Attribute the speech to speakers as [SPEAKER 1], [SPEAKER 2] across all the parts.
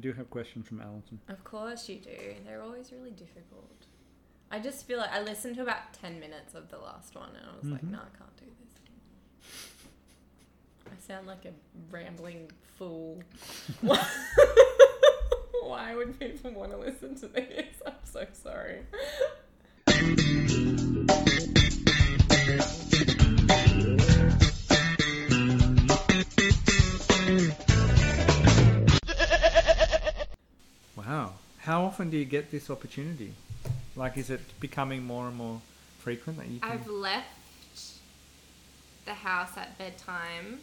[SPEAKER 1] do have questions from Alison.
[SPEAKER 2] Of course you do. They're always really difficult. I just feel like I listened to about 10 minutes of the last one and I was like,
[SPEAKER 1] Mhm.
[SPEAKER 2] no, I can't do this. I sound like a rambling fool. Why would people want to listen to this? I'm so sorry.
[SPEAKER 1] Wow. How often do you get this opportunity? Like, is it becoming more and more frequent that you can?
[SPEAKER 3] I've left the house at bedtime.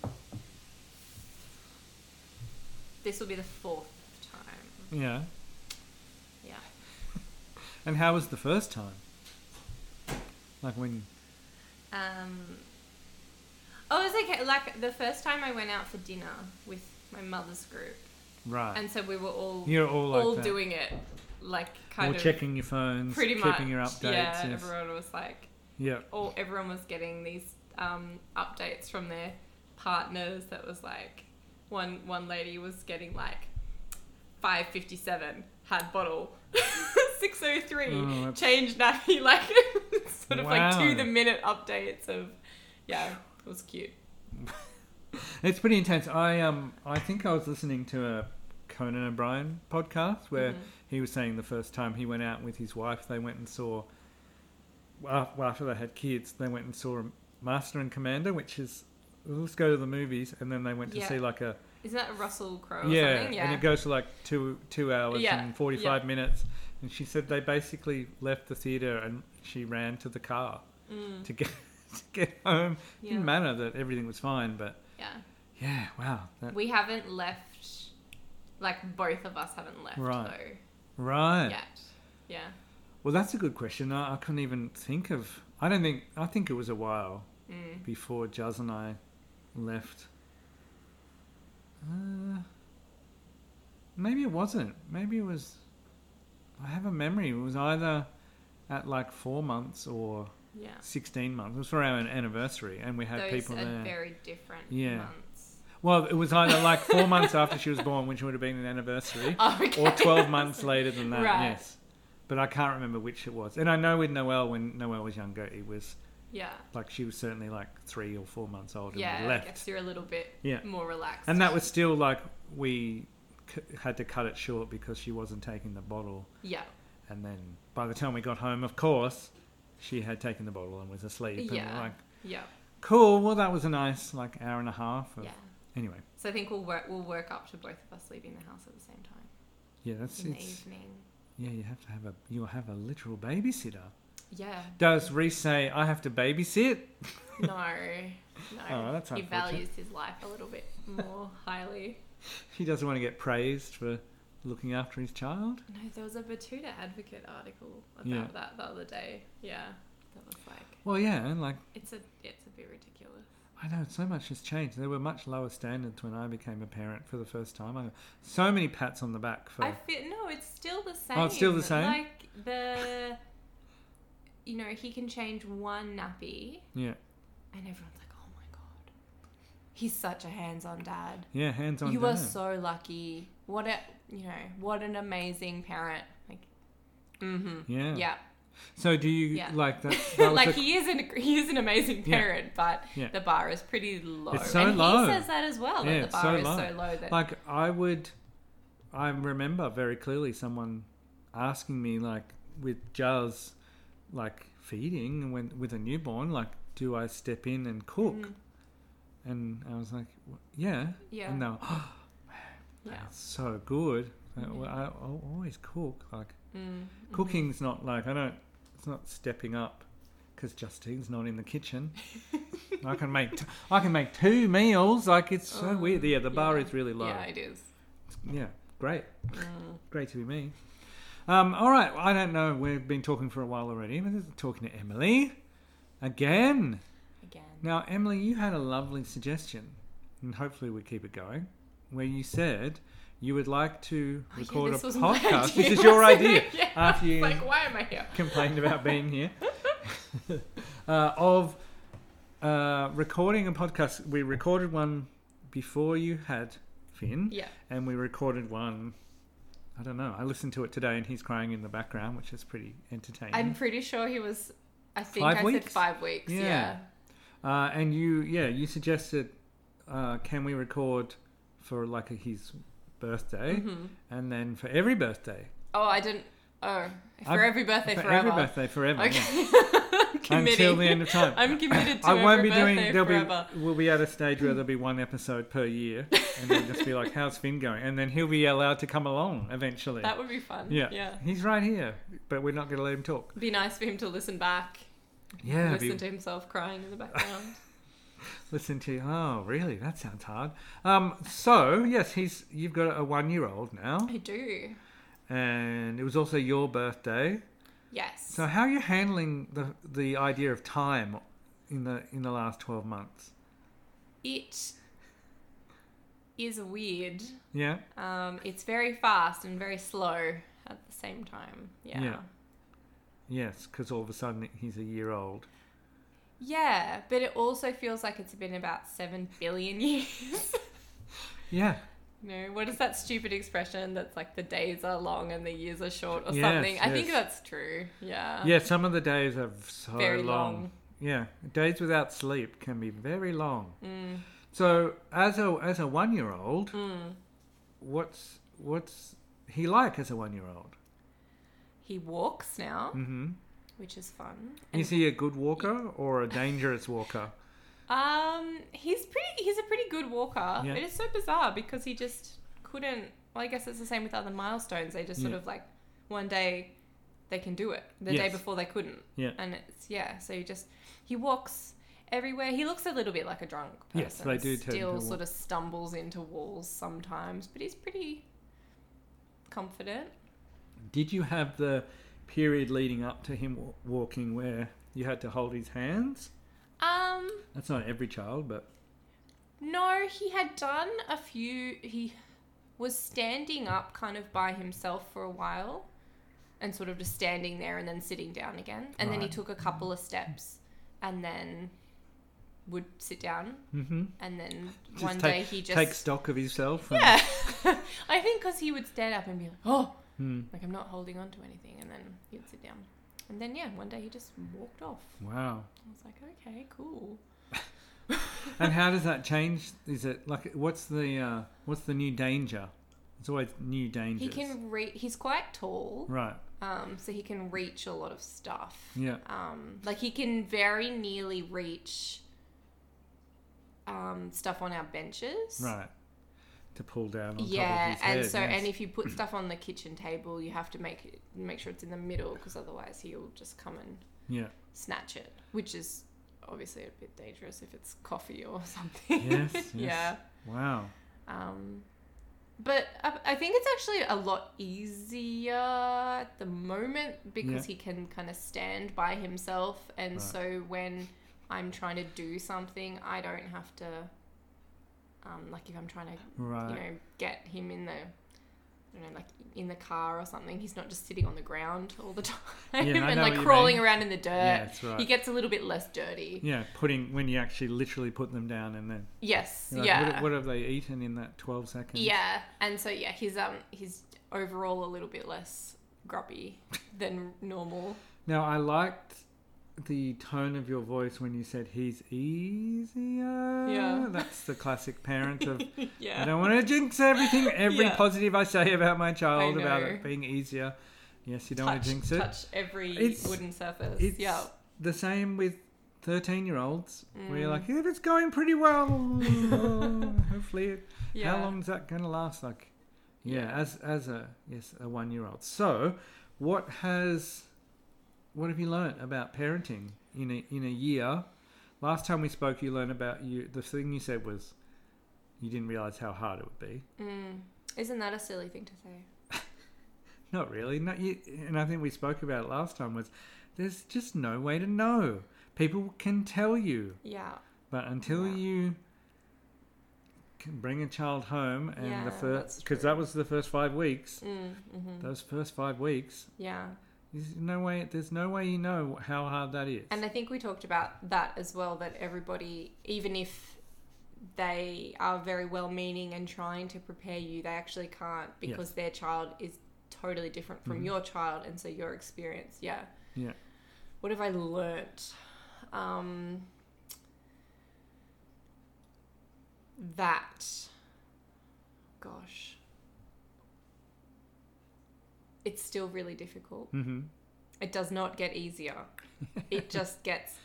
[SPEAKER 3] This will be the fourth time.
[SPEAKER 1] Yeah.
[SPEAKER 3] Yeah.
[SPEAKER 1] And how was the first time? Like when?
[SPEAKER 3] Um, oh, it was okay. Like the first time I went out for dinner with my mother's group,
[SPEAKER 1] Right.
[SPEAKER 3] and so we were all
[SPEAKER 1] You're all Ah. like
[SPEAKER 3] all
[SPEAKER 1] that.
[SPEAKER 3] doing it, like
[SPEAKER 1] All
[SPEAKER 3] kind of
[SPEAKER 1] checking your phones,
[SPEAKER 3] pretty
[SPEAKER 1] keeping
[SPEAKER 3] much.
[SPEAKER 1] your updates.
[SPEAKER 3] yeah,
[SPEAKER 1] yes.
[SPEAKER 3] everyone was like,
[SPEAKER 1] Yeah.
[SPEAKER 3] all everyone was getting these um, updates from their partners. That was like one one lady was getting like five fifty seven had bottle. 603
[SPEAKER 1] Oh, that's-
[SPEAKER 3] change nappy like sort of like
[SPEAKER 1] Wow.
[SPEAKER 3] to the minute updates of yeah it was cute
[SPEAKER 1] It's pretty intense. I um I think I was listening to a Conan O'Brien podcast where
[SPEAKER 3] Mhm.
[SPEAKER 1] he was saying the first time he went out with his wife, they went and saw. af- well, After they had kids, they went and saw Master and Commander, which is let's go to the movies, and then they went to
[SPEAKER 3] Yeah.
[SPEAKER 1] see like a
[SPEAKER 3] Isn't that Russell Crowe or
[SPEAKER 1] yeah,
[SPEAKER 3] something? Yeah.
[SPEAKER 1] and it goes for like two two hours
[SPEAKER 3] Yeah,
[SPEAKER 1] and forty five minutes. And she said they basically left the theater and she ran to the car
[SPEAKER 3] Mm,
[SPEAKER 1] to get to get home.
[SPEAKER 3] yeah.
[SPEAKER 1] Didn't matter that everything was fine, but
[SPEAKER 3] yeah.
[SPEAKER 1] yeah, wow, that,
[SPEAKER 3] We haven't left, like, both of us haven't left,
[SPEAKER 1] Right. right.
[SPEAKER 3] though, yet. Yeah.
[SPEAKER 1] Well, that's a good question. I, I couldn't even think of. I don't think. I think it was a while
[SPEAKER 3] Mm.
[SPEAKER 1] before Jazz and I left. Uh, maybe it wasn't. Maybe it was. I have a memory. It was either at like four months or
[SPEAKER 3] Yeah.
[SPEAKER 1] sixteen months. It was for our an- anniversary, and we had
[SPEAKER 3] Those
[SPEAKER 1] people
[SPEAKER 3] are
[SPEAKER 1] there.
[SPEAKER 3] very different
[SPEAKER 1] Yeah.
[SPEAKER 3] months.
[SPEAKER 1] Well, it was either like four months after she was born, which would have been an anniversary,
[SPEAKER 3] Oh, okay.
[SPEAKER 1] or 12 months later than that,
[SPEAKER 3] Right.
[SPEAKER 1] yes. But I can't remember which it was. And I know with Noelle, when Noelle was younger, it was
[SPEAKER 3] Yeah.
[SPEAKER 1] like she was certainly like three or four months old and
[SPEAKER 3] Yeah,
[SPEAKER 1] we
[SPEAKER 3] I guess
[SPEAKER 1] left.
[SPEAKER 3] you're a little bit
[SPEAKER 1] Yeah.
[SPEAKER 3] more relaxed.
[SPEAKER 1] And that was still like we c- had to cut it short because she wasn't taking the bottle.
[SPEAKER 3] Yeah.
[SPEAKER 1] And then by the time we got home, of course, she had taken the bottle and was asleep. And
[SPEAKER 3] Yeah.
[SPEAKER 1] we're like,
[SPEAKER 3] Yeah.
[SPEAKER 1] cool, well, that was a nice like hour and a half. Of,
[SPEAKER 3] Yeah.
[SPEAKER 1] Anyway,
[SPEAKER 3] So I think we'll work, we'll work up to both of us leaving the house at the same time
[SPEAKER 1] yeah, that's
[SPEAKER 3] in the
[SPEAKER 1] it's,
[SPEAKER 3] evening.
[SPEAKER 1] yeah, you have to have a, you'll have a literal babysitter.
[SPEAKER 3] Yeah.
[SPEAKER 1] Does Reese say, I have to babysit?
[SPEAKER 3] No, no.
[SPEAKER 1] Oh, that's
[SPEAKER 3] he
[SPEAKER 1] unfortunate.
[SPEAKER 3] values his life a little bit more highly.
[SPEAKER 1] He doesn't want to get praised for looking after his child.
[SPEAKER 3] No, there was a Batuta Advocate article about
[SPEAKER 1] Yeah.
[SPEAKER 3] that the other day. Yeah, that was like
[SPEAKER 1] Well, yeah, and like
[SPEAKER 3] it's a it's a bit ridiculous.
[SPEAKER 1] I know so much has changed. There were much lower standards when I became a parent for the first time. I so many pats on the back for
[SPEAKER 3] I feel no, it's still the same.
[SPEAKER 1] Oh, it's still the same?
[SPEAKER 3] Like the, you know, he can change one nappy,
[SPEAKER 1] yeah,
[SPEAKER 3] and everyone's like, "Oh my god, he's such a hands-on dad.
[SPEAKER 1] yeah, hands on.
[SPEAKER 3] you
[SPEAKER 1] down.
[SPEAKER 3] are so lucky. What a you know, what an amazing parent." Like, mm-hmm.
[SPEAKER 1] yeah.
[SPEAKER 3] yeah.
[SPEAKER 1] So do you
[SPEAKER 3] Yeah.
[SPEAKER 1] like that? that was
[SPEAKER 3] like
[SPEAKER 1] the-
[SPEAKER 3] he is an he is an amazing
[SPEAKER 1] Yeah.
[SPEAKER 3] parent, but
[SPEAKER 1] Yeah.
[SPEAKER 3] the bar is pretty low.
[SPEAKER 1] It's so
[SPEAKER 3] and
[SPEAKER 1] low.
[SPEAKER 3] he says that as well.
[SPEAKER 1] Yeah,
[SPEAKER 3] that
[SPEAKER 1] it's
[SPEAKER 3] the bar
[SPEAKER 1] so
[SPEAKER 3] is
[SPEAKER 1] low.
[SPEAKER 3] so low that
[SPEAKER 1] like I would. I remember very clearly someone asking me like with Jazz, like feeding and when with a newborn, like do I step in and cook?
[SPEAKER 3] Mm,
[SPEAKER 1] And I was like, "Wh- yeah.
[SPEAKER 3] yeah,
[SPEAKER 1] And they were, "Oh,
[SPEAKER 3] yeah.
[SPEAKER 1] That's so good. Like, well, I, I'll always cook. Like
[SPEAKER 3] Mm, mhm.
[SPEAKER 1] cooking's not like I don't. It's not stepping up because Justine's not in the kitchen. I can make t- I can make two meals. Like it's so weird.
[SPEAKER 3] Um,
[SPEAKER 1] Yeah, the bar
[SPEAKER 3] yeah.
[SPEAKER 1] is really low.
[SPEAKER 3] Yeah,
[SPEAKER 1] Yeah,
[SPEAKER 3] it is.
[SPEAKER 1] great,
[SPEAKER 3] Mm.
[SPEAKER 1] great to be me. Um, all right, I don't know. We've been talking for a while already. But this is talking to Emily again.
[SPEAKER 3] Again.
[SPEAKER 1] Now, Emily, you had a lovely suggestion, and hopefully we keep it going, where you said you would like to
[SPEAKER 3] Oh, yeah,
[SPEAKER 1] record
[SPEAKER 3] this
[SPEAKER 1] a
[SPEAKER 3] was my
[SPEAKER 1] podcast.
[SPEAKER 3] idea,
[SPEAKER 1] this is your
[SPEAKER 3] wasn't
[SPEAKER 1] idea
[SPEAKER 3] it? Yeah,
[SPEAKER 1] after you
[SPEAKER 3] Like, why am I here?
[SPEAKER 1] complained about being here. uh, of uh, recording a podcast. We recorded one before you had Finn,
[SPEAKER 3] Yeah,
[SPEAKER 1] and we recorded one I don't know. I listened to it today and he's crying in the background, which is pretty entertaining.
[SPEAKER 3] I'm pretty sure he was. I think
[SPEAKER 1] Five
[SPEAKER 3] I said
[SPEAKER 1] weeks?
[SPEAKER 3] five weeks.
[SPEAKER 1] Yeah.
[SPEAKER 3] Yeah.
[SPEAKER 1] Uh, and you, yeah, you suggested, uh, can we record for like his birthday and then for every birthday?
[SPEAKER 3] Mm-hmm. Oh, I didn't. Oh, for
[SPEAKER 1] I'm-
[SPEAKER 3] every birthday
[SPEAKER 1] for
[SPEAKER 3] forever.
[SPEAKER 1] every birthday forever. yeah.
[SPEAKER 3] Okay. I'm committed.
[SPEAKER 1] Until the end of time.
[SPEAKER 3] I'm committed to
[SPEAKER 1] I won't
[SPEAKER 3] every
[SPEAKER 1] be doing.
[SPEAKER 3] birthday
[SPEAKER 1] There'll
[SPEAKER 3] forever.
[SPEAKER 1] be. We'll be at a stage where there'll be one episode per year, and we'll just be like, "How's Finn going?" And then he'll be allowed to come along eventually.
[SPEAKER 3] That would be fun.
[SPEAKER 1] yeah.
[SPEAKER 3] Yeah.
[SPEAKER 1] He's right here, but we're not going to let him talk.
[SPEAKER 3] Be nice for him to listen back.
[SPEAKER 1] Yeah.
[SPEAKER 3] listen
[SPEAKER 1] be-
[SPEAKER 3] to himself crying in the background.
[SPEAKER 1] listen to. Oh, really? That sounds hard. Um. So yes, he's. You've got a one-year-old now,
[SPEAKER 3] I do.
[SPEAKER 1] and it was also your birthday.
[SPEAKER 3] Yes.
[SPEAKER 1] So how are you handling the the idea of time in the in the last twelve months?
[SPEAKER 3] it is weird.
[SPEAKER 1] Yeah.
[SPEAKER 3] Um, it's very fast and very slow at the same time. Yeah.
[SPEAKER 1] Yeah. Yes, because all of a sudden he's a year old.
[SPEAKER 3] Yeah, but it also feels like it's been about seven billion years.
[SPEAKER 1] Yeah.
[SPEAKER 3] you know, what is that stupid expression that's like the days are long and the years are short or
[SPEAKER 1] Yes,
[SPEAKER 3] something? I think
[SPEAKER 1] yes.
[SPEAKER 3] that's true. Yeah.
[SPEAKER 1] Yeah, some of the days are so
[SPEAKER 3] Um, Very
[SPEAKER 1] long.
[SPEAKER 3] long.
[SPEAKER 1] Yeah, days without sleep can be very long.
[SPEAKER 3] Mm.
[SPEAKER 1] So, as a as a one year old,
[SPEAKER 3] Mm.
[SPEAKER 1] what's what's he like as a one year old?
[SPEAKER 3] He walks now,
[SPEAKER 1] Mm-hmm.
[SPEAKER 3] which is fun. And,
[SPEAKER 1] Is he a good walker or a dangerous walker?
[SPEAKER 3] um, he's pretty. He's a pretty good walker.
[SPEAKER 1] Yeah.
[SPEAKER 3] But it's so bizarre because he just couldn't. Well, I guess it's the same with other milestones. They just sort
[SPEAKER 1] Yeah.
[SPEAKER 3] of like one day they can do it. The day
[SPEAKER 1] Yes.
[SPEAKER 3] before they couldn't.
[SPEAKER 1] Yeah.
[SPEAKER 3] And it's yeah. So he just he walks everywhere. He looks a little bit like a drunk person.
[SPEAKER 1] Yes, they do tend to
[SPEAKER 3] Still
[SPEAKER 1] walk.
[SPEAKER 3] sort of stumbles into walls sometimes, but he's pretty confident.
[SPEAKER 1] Did you have the period leading up to him wa- walking where you had to hold his hands?
[SPEAKER 3] Um.
[SPEAKER 1] That's not every child, but
[SPEAKER 3] No, he had done a few. He was standing up kind of by himself for a while and sort of just standing there and then sitting down again. And then he
[SPEAKER 1] Right.
[SPEAKER 3] took a couple of steps and then would sit down.
[SPEAKER 1] mm-hmm.
[SPEAKER 3] And then
[SPEAKER 1] Just
[SPEAKER 3] one
[SPEAKER 1] take-
[SPEAKER 3] day he just.
[SPEAKER 1] take stock of himself. and-
[SPEAKER 3] yeah. I think because he would stand up and be like, oh,
[SPEAKER 1] Hmm.
[SPEAKER 3] like I'm not holding on to anything. And then he'd sit down. And then, yeah, one day he just walked off.
[SPEAKER 1] Wow.
[SPEAKER 3] I was like, okay, cool.
[SPEAKER 1] and how does that change? Is it like what's the uh, what's the new danger? It's always new dangers.
[SPEAKER 3] He can re- he's quite tall.
[SPEAKER 1] right.
[SPEAKER 3] um, so he can reach a lot of stuff.
[SPEAKER 1] Yeah.
[SPEAKER 3] Um, like he can very nearly reach um, stuff on our benches.
[SPEAKER 1] Right. To pull down on top of
[SPEAKER 3] Yeah,
[SPEAKER 1] his
[SPEAKER 3] and
[SPEAKER 1] head,
[SPEAKER 3] so
[SPEAKER 1] yes.
[SPEAKER 3] and if you put stuff on the kitchen table, you have to make it, make sure it's in the middle because otherwise he'll just come and
[SPEAKER 1] yeah,
[SPEAKER 3] snatch it, which is obviously a bit dangerous if it's coffee or something.
[SPEAKER 1] Yes, yes.
[SPEAKER 3] yeah.
[SPEAKER 1] wow,
[SPEAKER 3] Um, but I, I think it's actually a lot easier at the moment because he can kind of stand by himself. And
[SPEAKER 1] Right.
[SPEAKER 3] so when I'm trying to do something, I don't have to, um, like if I'm trying to,
[SPEAKER 1] right,
[SPEAKER 3] you know, get him in the, I don't know, like in the car or something, he's not just sitting on the ground all the time
[SPEAKER 1] Yeah, I
[SPEAKER 3] and
[SPEAKER 1] know
[SPEAKER 3] like
[SPEAKER 1] what you
[SPEAKER 3] crawling
[SPEAKER 1] mean.
[SPEAKER 3] around in the dirt.
[SPEAKER 1] yeah, that's
[SPEAKER 3] He
[SPEAKER 1] right.
[SPEAKER 3] gets a little bit less dirty.
[SPEAKER 1] Yeah, putting when you actually literally put them down and then
[SPEAKER 3] Yes.
[SPEAKER 1] you're like,
[SPEAKER 3] yeah.
[SPEAKER 1] what, what have they eaten in that twelve seconds?
[SPEAKER 3] Yeah, and so yeah, he's um he's overall a little bit less grubby than normal.
[SPEAKER 1] Now I liked the tone of your voice when you said he's easier.
[SPEAKER 3] Yeah.
[SPEAKER 1] that's the classic parent of I
[SPEAKER 3] Yeah.
[SPEAKER 1] don't want to jinx everything. Every
[SPEAKER 3] Yeah.
[SPEAKER 1] positive I say about my child,
[SPEAKER 3] I
[SPEAKER 1] about
[SPEAKER 3] know.
[SPEAKER 1] it being easier. Yes, you don't want
[SPEAKER 3] touch,
[SPEAKER 1] to jinx it.
[SPEAKER 3] touch every
[SPEAKER 1] It's-
[SPEAKER 3] wooden surface.
[SPEAKER 1] It's
[SPEAKER 3] yeah.
[SPEAKER 1] the same with 13 year olds, where
[SPEAKER 3] Mm.
[SPEAKER 1] you're like, if it's going pretty well, hopefully. It,
[SPEAKER 3] Yeah.
[SPEAKER 1] How long is that going to last? Like, yeah,
[SPEAKER 3] Yeah.
[SPEAKER 1] as as a yes, a one year old. So, what has what have you learnt about parenting in a in a year? Last time we spoke, you learned about you. The thing you said was you didn't realize how hard it would be.
[SPEAKER 3] Mm. Isn't that a silly thing to say?
[SPEAKER 1] Not really. Not you, and I think we spoke about it last time. Was there's just no way to know. People can tell you,
[SPEAKER 3] Yeah.
[SPEAKER 1] but until
[SPEAKER 3] Yeah.
[SPEAKER 1] you can bring a child home and
[SPEAKER 3] Yeah,
[SPEAKER 1] the
[SPEAKER 3] that's
[SPEAKER 1] first because
[SPEAKER 3] true.
[SPEAKER 1] that was the first five weeks.
[SPEAKER 3] Mm, hmm
[SPEAKER 1] Those first five weeks,
[SPEAKER 3] Yeah.
[SPEAKER 1] there's no way. There's no way you know how hard that is.
[SPEAKER 3] And I think we talked about that as well. That everybody, even if they are very well meaning and trying to prepare you, they actually can't because their child is totally different from
[SPEAKER 1] Mhm.
[SPEAKER 3] your child and so your experience. Yeah.
[SPEAKER 1] Yeah.
[SPEAKER 3] What have I learnt? Um, that, gosh, it's still really difficult.
[SPEAKER 1] Mm-hmm.
[SPEAKER 3] It does not get easier. it just gets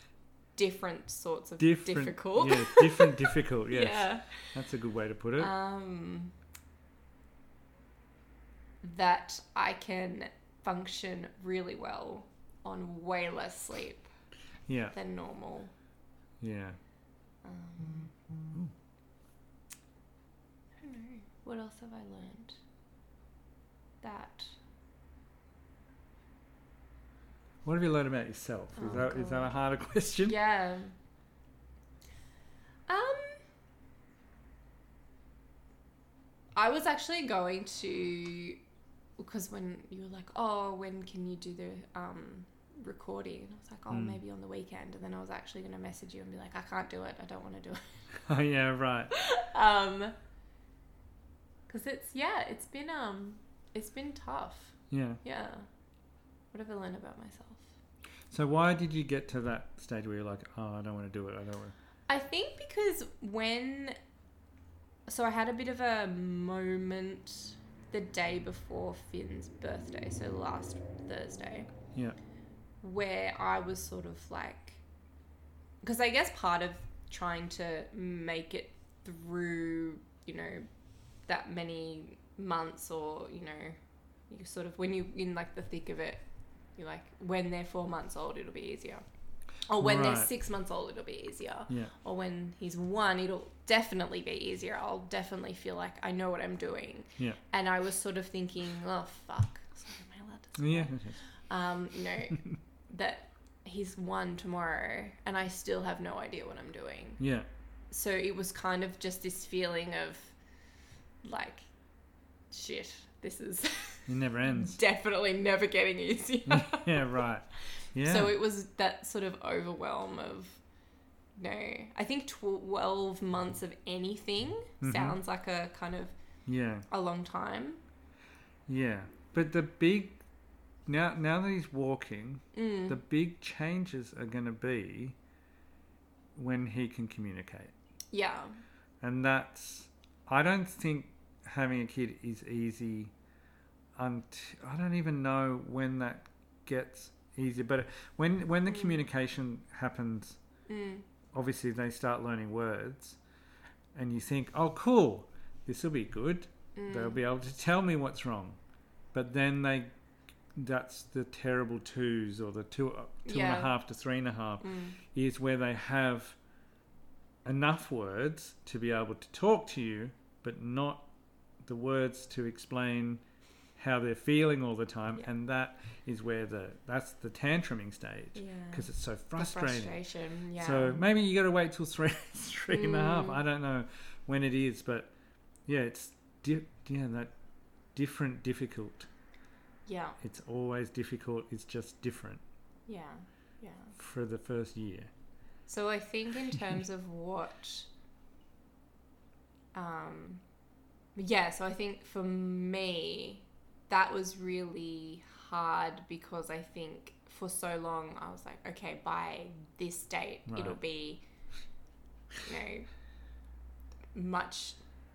[SPEAKER 3] different sorts of
[SPEAKER 1] Different,
[SPEAKER 3] difficult.
[SPEAKER 1] Yeah, different, difficult. Yes,
[SPEAKER 3] Yeah.
[SPEAKER 1] that's a good way to put it.
[SPEAKER 3] Um, that I can function really well on way less sleep
[SPEAKER 1] yeah,
[SPEAKER 3] than normal.
[SPEAKER 1] yeah.
[SPEAKER 3] Um, I don't know. What else have I learned? That
[SPEAKER 1] What have you learned about yourself? Is
[SPEAKER 3] Oh,
[SPEAKER 1] that is that a
[SPEAKER 3] God.
[SPEAKER 1] harder question?
[SPEAKER 3] yeah. Um, I was actually going to because when you were like, oh, when can you do the um recording? I was like, oh,
[SPEAKER 1] Mm.
[SPEAKER 3] maybe on the weekend, and then I was actually going to message you and be like, I can't do it. I don't want to do it.
[SPEAKER 1] Oh yeah, right.
[SPEAKER 3] um because it's yeah it's been um it's been tough
[SPEAKER 1] Yeah.
[SPEAKER 3] yeah what have i learned about myself
[SPEAKER 1] So why did you get to that stage where you're like, oh, I don't want to do it. I don't want.
[SPEAKER 3] i think because when so i had a bit of a moment the day before finn's birthday so last thursday
[SPEAKER 1] Yeah.
[SPEAKER 3] where i was sort of like because i guess part of trying to make it through you know that many months or you know you sort of when you're in like the thick of it you're like when they're four months old it'll be easier or when they're
[SPEAKER 1] Right.
[SPEAKER 3] six months old it'll be easier
[SPEAKER 1] Yeah.
[SPEAKER 3] or when he's one it'll definitely be easier i'll definitely feel like i know what i'm doing
[SPEAKER 1] Yeah.
[SPEAKER 3] and i was sort of thinking oh fuck Sorry, am i allowed to swear?
[SPEAKER 1] Yeah.
[SPEAKER 3] um, you know, that he's one tomorrow and I still have no idea what I'm doing.
[SPEAKER 1] Yeah.
[SPEAKER 3] So it was kind of just this feeling of like, shit, this is
[SPEAKER 1] It never ends.
[SPEAKER 3] definitely never getting easier.
[SPEAKER 1] yeah. Right. Mm, Yeah.
[SPEAKER 3] So it was that sort of overwhelm of, no, I think 12 months of anything
[SPEAKER 1] Mhm.
[SPEAKER 3] sounds like a kind of
[SPEAKER 1] yeah.
[SPEAKER 3] a long time.
[SPEAKER 1] Yeah. But the big now now that he's walking,
[SPEAKER 3] Mm.
[SPEAKER 1] the big changes are going to be when he can communicate.
[SPEAKER 3] yeah.
[SPEAKER 1] and that's i don't think having a kid is easy unt- i don't even know when that gets easier but when when the
[SPEAKER 3] Mm.
[SPEAKER 1] communication happens
[SPEAKER 3] Mm.
[SPEAKER 1] obviously they start learning words and you think oh cool this will be good
[SPEAKER 3] Mm.
[SPEAKER 1] they'll be able to tell me what's wrong but then they that's the terrible twos or the two two and a half
[SPEAKER 3] Yeah.
[SPEAKER 1] to three and a half
[SPEAKER 3] Mm.
[SPEAKER 1] is where they have enough words to be able to talk to you, but not the words to explain how they're feeling all the time.
[SPEAKER 3] Yeah.
[SPEAKER 1] And that is where the that's the tantruming stage
[SPEAKER 3] Yeah.
[SPEAKER 1] because it's so
[SPEAKER 3] The
[SPEAKER 1] frustrating.
[SPEAKER 3] frustration, yeah.
[SPEAKER 1] So maybe you got to wait till three three and a half.
[SPEAKER 3] Mm.
[SPEAKER 1] I don't know when it is, but yeah, it's di- yeah that different difficult.
[SPEAKER 3] yeah,
[SPEAKER 1] It's always difficult. It's just different
[SPEAKER 3] yeah, yeah.
[SPEAKER 1] for the first year.
[SPEAKER 3] So I think in terms of what, um, yeah. So I think for me, that was really hard because I think for so long I was like, okay, by this date it'll
[SPEAKER 1] Right.
[SPEAKER 3] be, you know, much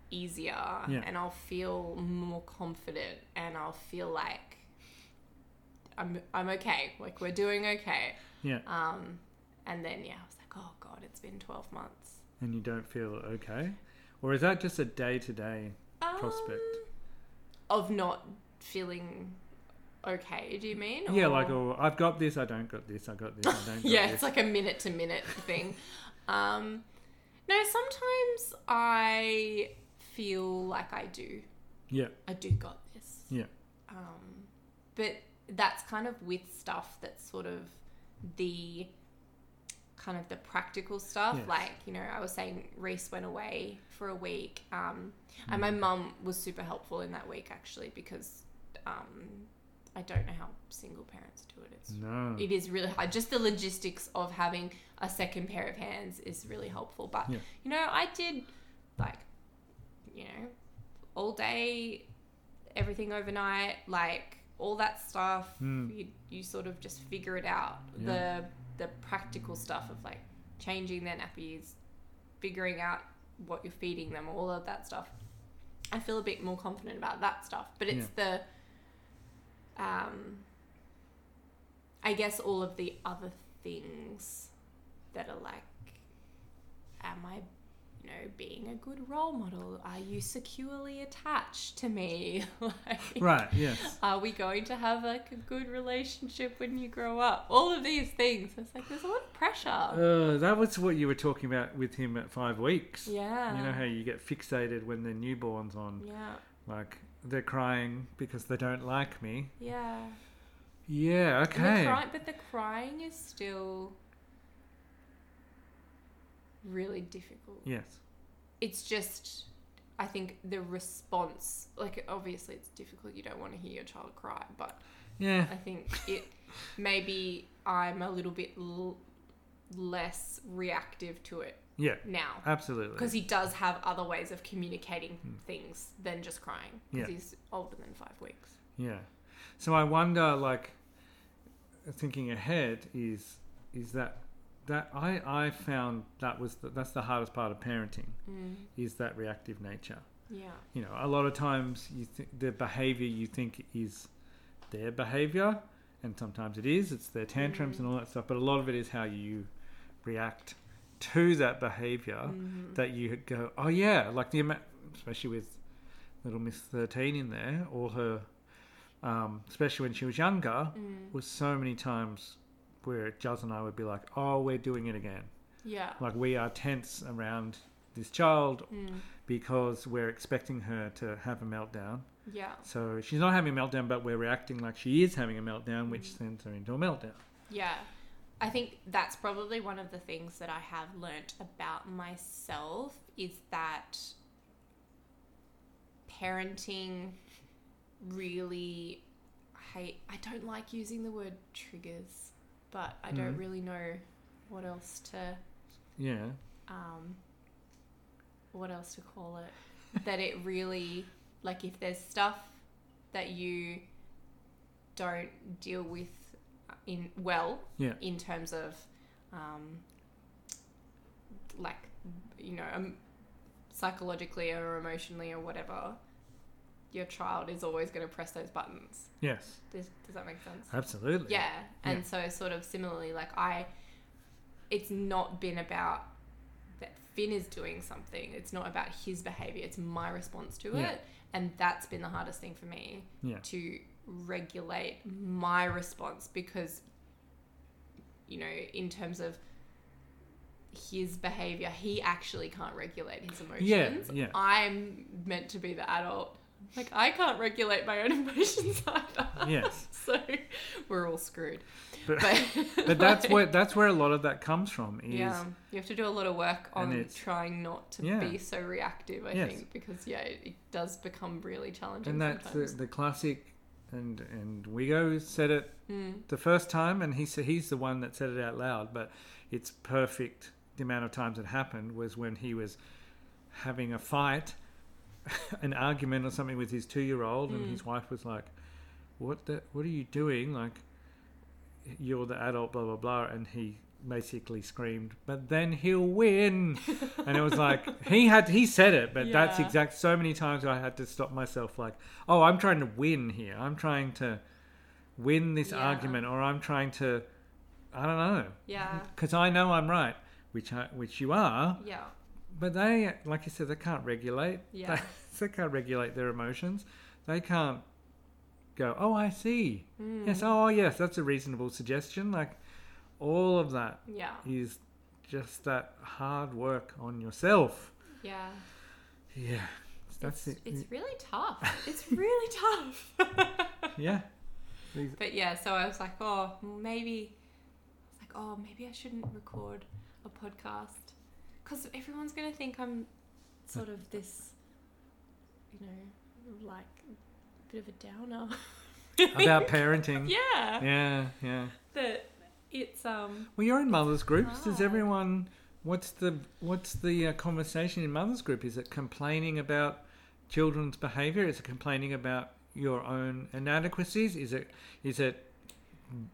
[SPEAKER 3] easier, and I'll feel more confident, and I'll feel like. I'm, I'm okay. Like we're doing okay.
[SPEAKER 1] Yeah.
[SPEAKER 3] Um, and then yeah, I was like, oh god, it's been twelve months.
[SPEAKER 1] and you don't feel okay? Or is that just a day to day? Prospect.
[SPEAKER 3] Um, of not feeling okay. Do you mean?
[SPEAKER 1] Yeah,
[SPEAKER 3] Or-
[SPEAKER 1] like, oh, I've got this, I don't got this, I got this, I don't got
[SPEAKER 3] yeah,
[SPEAKER 1] this.
[SPEAKER 3] it's like a minute to minute thing. Um, no, sometimes I feel like I do.
[SPEAKER 1] Yeah.
[SPEAKER 3] I do got this.
[SPEAKER 1] Yeah.
[SPEAKER 3] Um, but that's kind of with stuff that's sort of the kind of the practical stuff.
[SPEAKER 1] Yes.
[SPEAKER 3] Like, you know, I was saying Reese went away for a week.
[SPEAKER 1] Mm.
[SPEAKER 3] Um, and my mum was super helpful in that week actually because um, I don't know how single parents do it. It's
[SPEAKER 1] No.
[SPEAKER 3] it is really hard. Just the logistics of having a second pair of hands is really helpful. But
[SPEAKER 1] Yeah.
[SPEAKER 3] you know, I did like, you know, all day, everything overnight, like all that stuff.
[SPEAKER 1] Mm.
[SPEAKER 3] You you sort of just figure it out.
[SPEAKER 1] Yeah.
[SPEAKER 3] The the practical stuff of like changing their nappies, figuring out what you're feeding them, all of that stuff. I feel a bit more confident about that stuff. But it's the um I guess all of the other things that are like am I you know being a good role model? Are you securely attached to me? like
[SPEAKER 1] Right. Yes.
[SPEAKER 3] are we going to have like a good relationship when you grow up? All of these things. It's like there's a lot of pressure.
[SPEAKER 1] Uh, that was what you were talking about with him at five weeks.
[SPEAKER 3] yeah.
[SPEAKER 1] You know how you get fixated when the newborn's on,
[SPEAKER 3] yeah.
[SPEAKER 1] like they're crying because they don't like me.
[SPEAKER 3] Yeah.
[SPEAKER 1] Yeah.
[SPEAKER 3] And the
[SPEAKER 1] Okay.
[SPEAKER 3] cry- but the crying is still really difficult.
[SPEAKER 1] Yes.
[SPEAKER 3] It's just, I think the response, like obviously it's difficult. You don't want to hear your child cry, but
[SPEAKER 1] Yeah.
[SPEAKER 3] I think it maybe I'm a little bit l- less reactive to it
[SPEAKER 1] Yeah.
[SPEAKER 3] now
[SPEAKER 1] Absolutely.
[SPEAKER 3] because he does have other ways of communicating
[SPEAKER 1] Hmm.
[SPEAKER 3] things than just crying.
[SPEAKER 1] Yeah.
[SPEAKER 3] Because he's older than five weeks.
[SPEAKER 1] Yeah. So I wonder, like, thinking ahead is is that that I I found that was the, that's the hardest part of parenting
[SPEAKER 3] Mm.
[SPEAKER 1] is that reactive nature.
[SPEAKER 3] Yeah.
[SPEAKER 1] You know, a lot of times you th- the behavior you think is their behavior, and sometimes it is. It's their
[SPEAKER 3] Mm.
[SPEAKER 1] tantrums and all that stuff. But a lot of it is how you react to that behavior
[SPEAKER 3] Mhm.
[SPEAKER 1] that you go, oh yeah, like the ama- especially with little Miss Thirteen in there, all her, um, especially when she was younger,
[SPEAKER 3] Mm.
[SPEAKER 1] was so many times where Jazz and I would be like, oh, we're doing it again,
[SPEAKER 3] Yeah.
[SPEAKER 1] like we are tense around this child
[SPEAKER 3] Mm.
[SPEAKER 1] because we're expecting her to have a meltdown.
[SPEAKER 3] Yeah.
[SPEAKER 1] So she's not having a meltdown, but we're reacting like she is having a meltdown, which
[SPEAKER 3] Mhm.
[SPEAKER 1] sends her into a meltdown.
[SPEAKER 3] Yeah. I think that's probably one of the things that I have learnt about myself is that parenting really I hate I don't like using the word triggers, but I don't
[SPEAKER 1] Mhm.
[SPEAKER 3] really know what else to
[SPEAKER 1] Yeah,
[SPEAKER 3] um, what else to call it that it really like if there's stuff that you don't deal with uh, in well
[SPEAKER 1] Yeah.
[SPEAKER 3] in terms of um, like you know um, psychologically or emotionally or whatever your child is always going to press those buttons
[SPEAKER 1] yes,
[SPEAKER 3] does, does that make sense
[SPEAKER 1] absolutely.
[SPEAKER 3] yeah. And
[SPEAKER 1] Yeah.
[SPEAKER 3] so sort of similarly, like I it's not been about that Finn is doing something. It's not about his behaviour. It's my response to
[SPEAKER 1] Yeah.
[SPEAKER 3] it. And that's been the hardest thing for me
[SPEAKER 1] Yeah.
[SPEAKER 3] to regulate my response because you know, in terms of his behaviour, he actually can't regulate his emotions.
[SPEAKER 1] yeah.
[SPEAKER 3] I'm meant to be the adult. Like I can't regulate my own emotions either
[SPEAKER 1] yes.
[SPEAKER 3] so we're all screwed.
[SPEAKER 1] But- But that's
[SPEAKER 3] like,
[SPEAKER 1] where that's where a lot of that comes from. Is
[SPEAKER 3] yeah, you have to do a lot of work
[SPEAKER 1] And
[SPEAKER 3] on
[SPEAKER 1] it's-
[SPEAKER 3] trying not to
[SPEAKER 1] yeah.
[SPEAKER 3] be so reactive. I
[SPEAKER 1] Yes.
[SPEAKER 3] think because yeah, it, it does become really challenging.
[SPEAKER 1] and that's the,
[SPEAKER 3] sometimes.
[SPEAKER 1] the classic and and Wigo said it
[SPEAKER 3] Mm,
[SPEAKER 1] the first time and he said he's the one that said it out loud but it's perfect the amount of times it happened was when he was having a fight an argument or something with his 2 year old and
[SPEAKER 3] Mm.
[SPEAKER 1] his wife was like what the what are you doing like you're the adult blah blah blah and he basically screamed but then he'll win and it was like he had he said it but that's
[SPEAKER 3] Yeah.
[SPEAKER 1] exact so many times i had to stop myself like oh i'm trying to win here i'm trying to win this
[SPEAKER 3] Yeah.
[SPEAKER 1] argument or i'm trying to i don't know
[SPEAKER 3] yeah,
[SPEAKER 1] because i know i'm right which I, which you are
[SPEAKER 3] yeah,
[SPEAKER 1] but they like you said they can't regulate
[SPEAKER 3] Yeah.
[SPEAKER 1] they, they can't regulate their emotions they can't go oh i see
[SPEAKER 3] Mm,
[SPEAKER 1] yes oh yes that's a reasonable suggestion like all of that
[SPEAKER 3] yeah,
[SPEAKER 1] is just that hard work on yourself
[SPEAKER 3] yeah.
[SPEAKER 1] yeah that's
[SPEAKER 3] it's,
[SPEAKER 1] it
[SPEAKER 3] it's really tough. It's really tough.
[SPEAKER 1] yeah
[SPEAKER 3] But yeah, so I was like, oh, maybe, I was like, oh, maybe I shouldn't record a podcast because everyone's gonna think I'm sort of this, you know, like a bit of a downer.
[SPEAKER 1] about parenting.
[SPEAKER 3] yeah.
[SPEAKER 1] yeah, yeah.
[SPEAKER 3] That it's um
[SPEAKER 1] Well, you're in mothers' groups. Does
[SPEAKER 3] hard.
[SPEAKER 1] everyone? What's the what's the uh, conversation in mothers' group? Is it complaining about children's behaviour? Is it complaining about your own inadequacies? Is it is it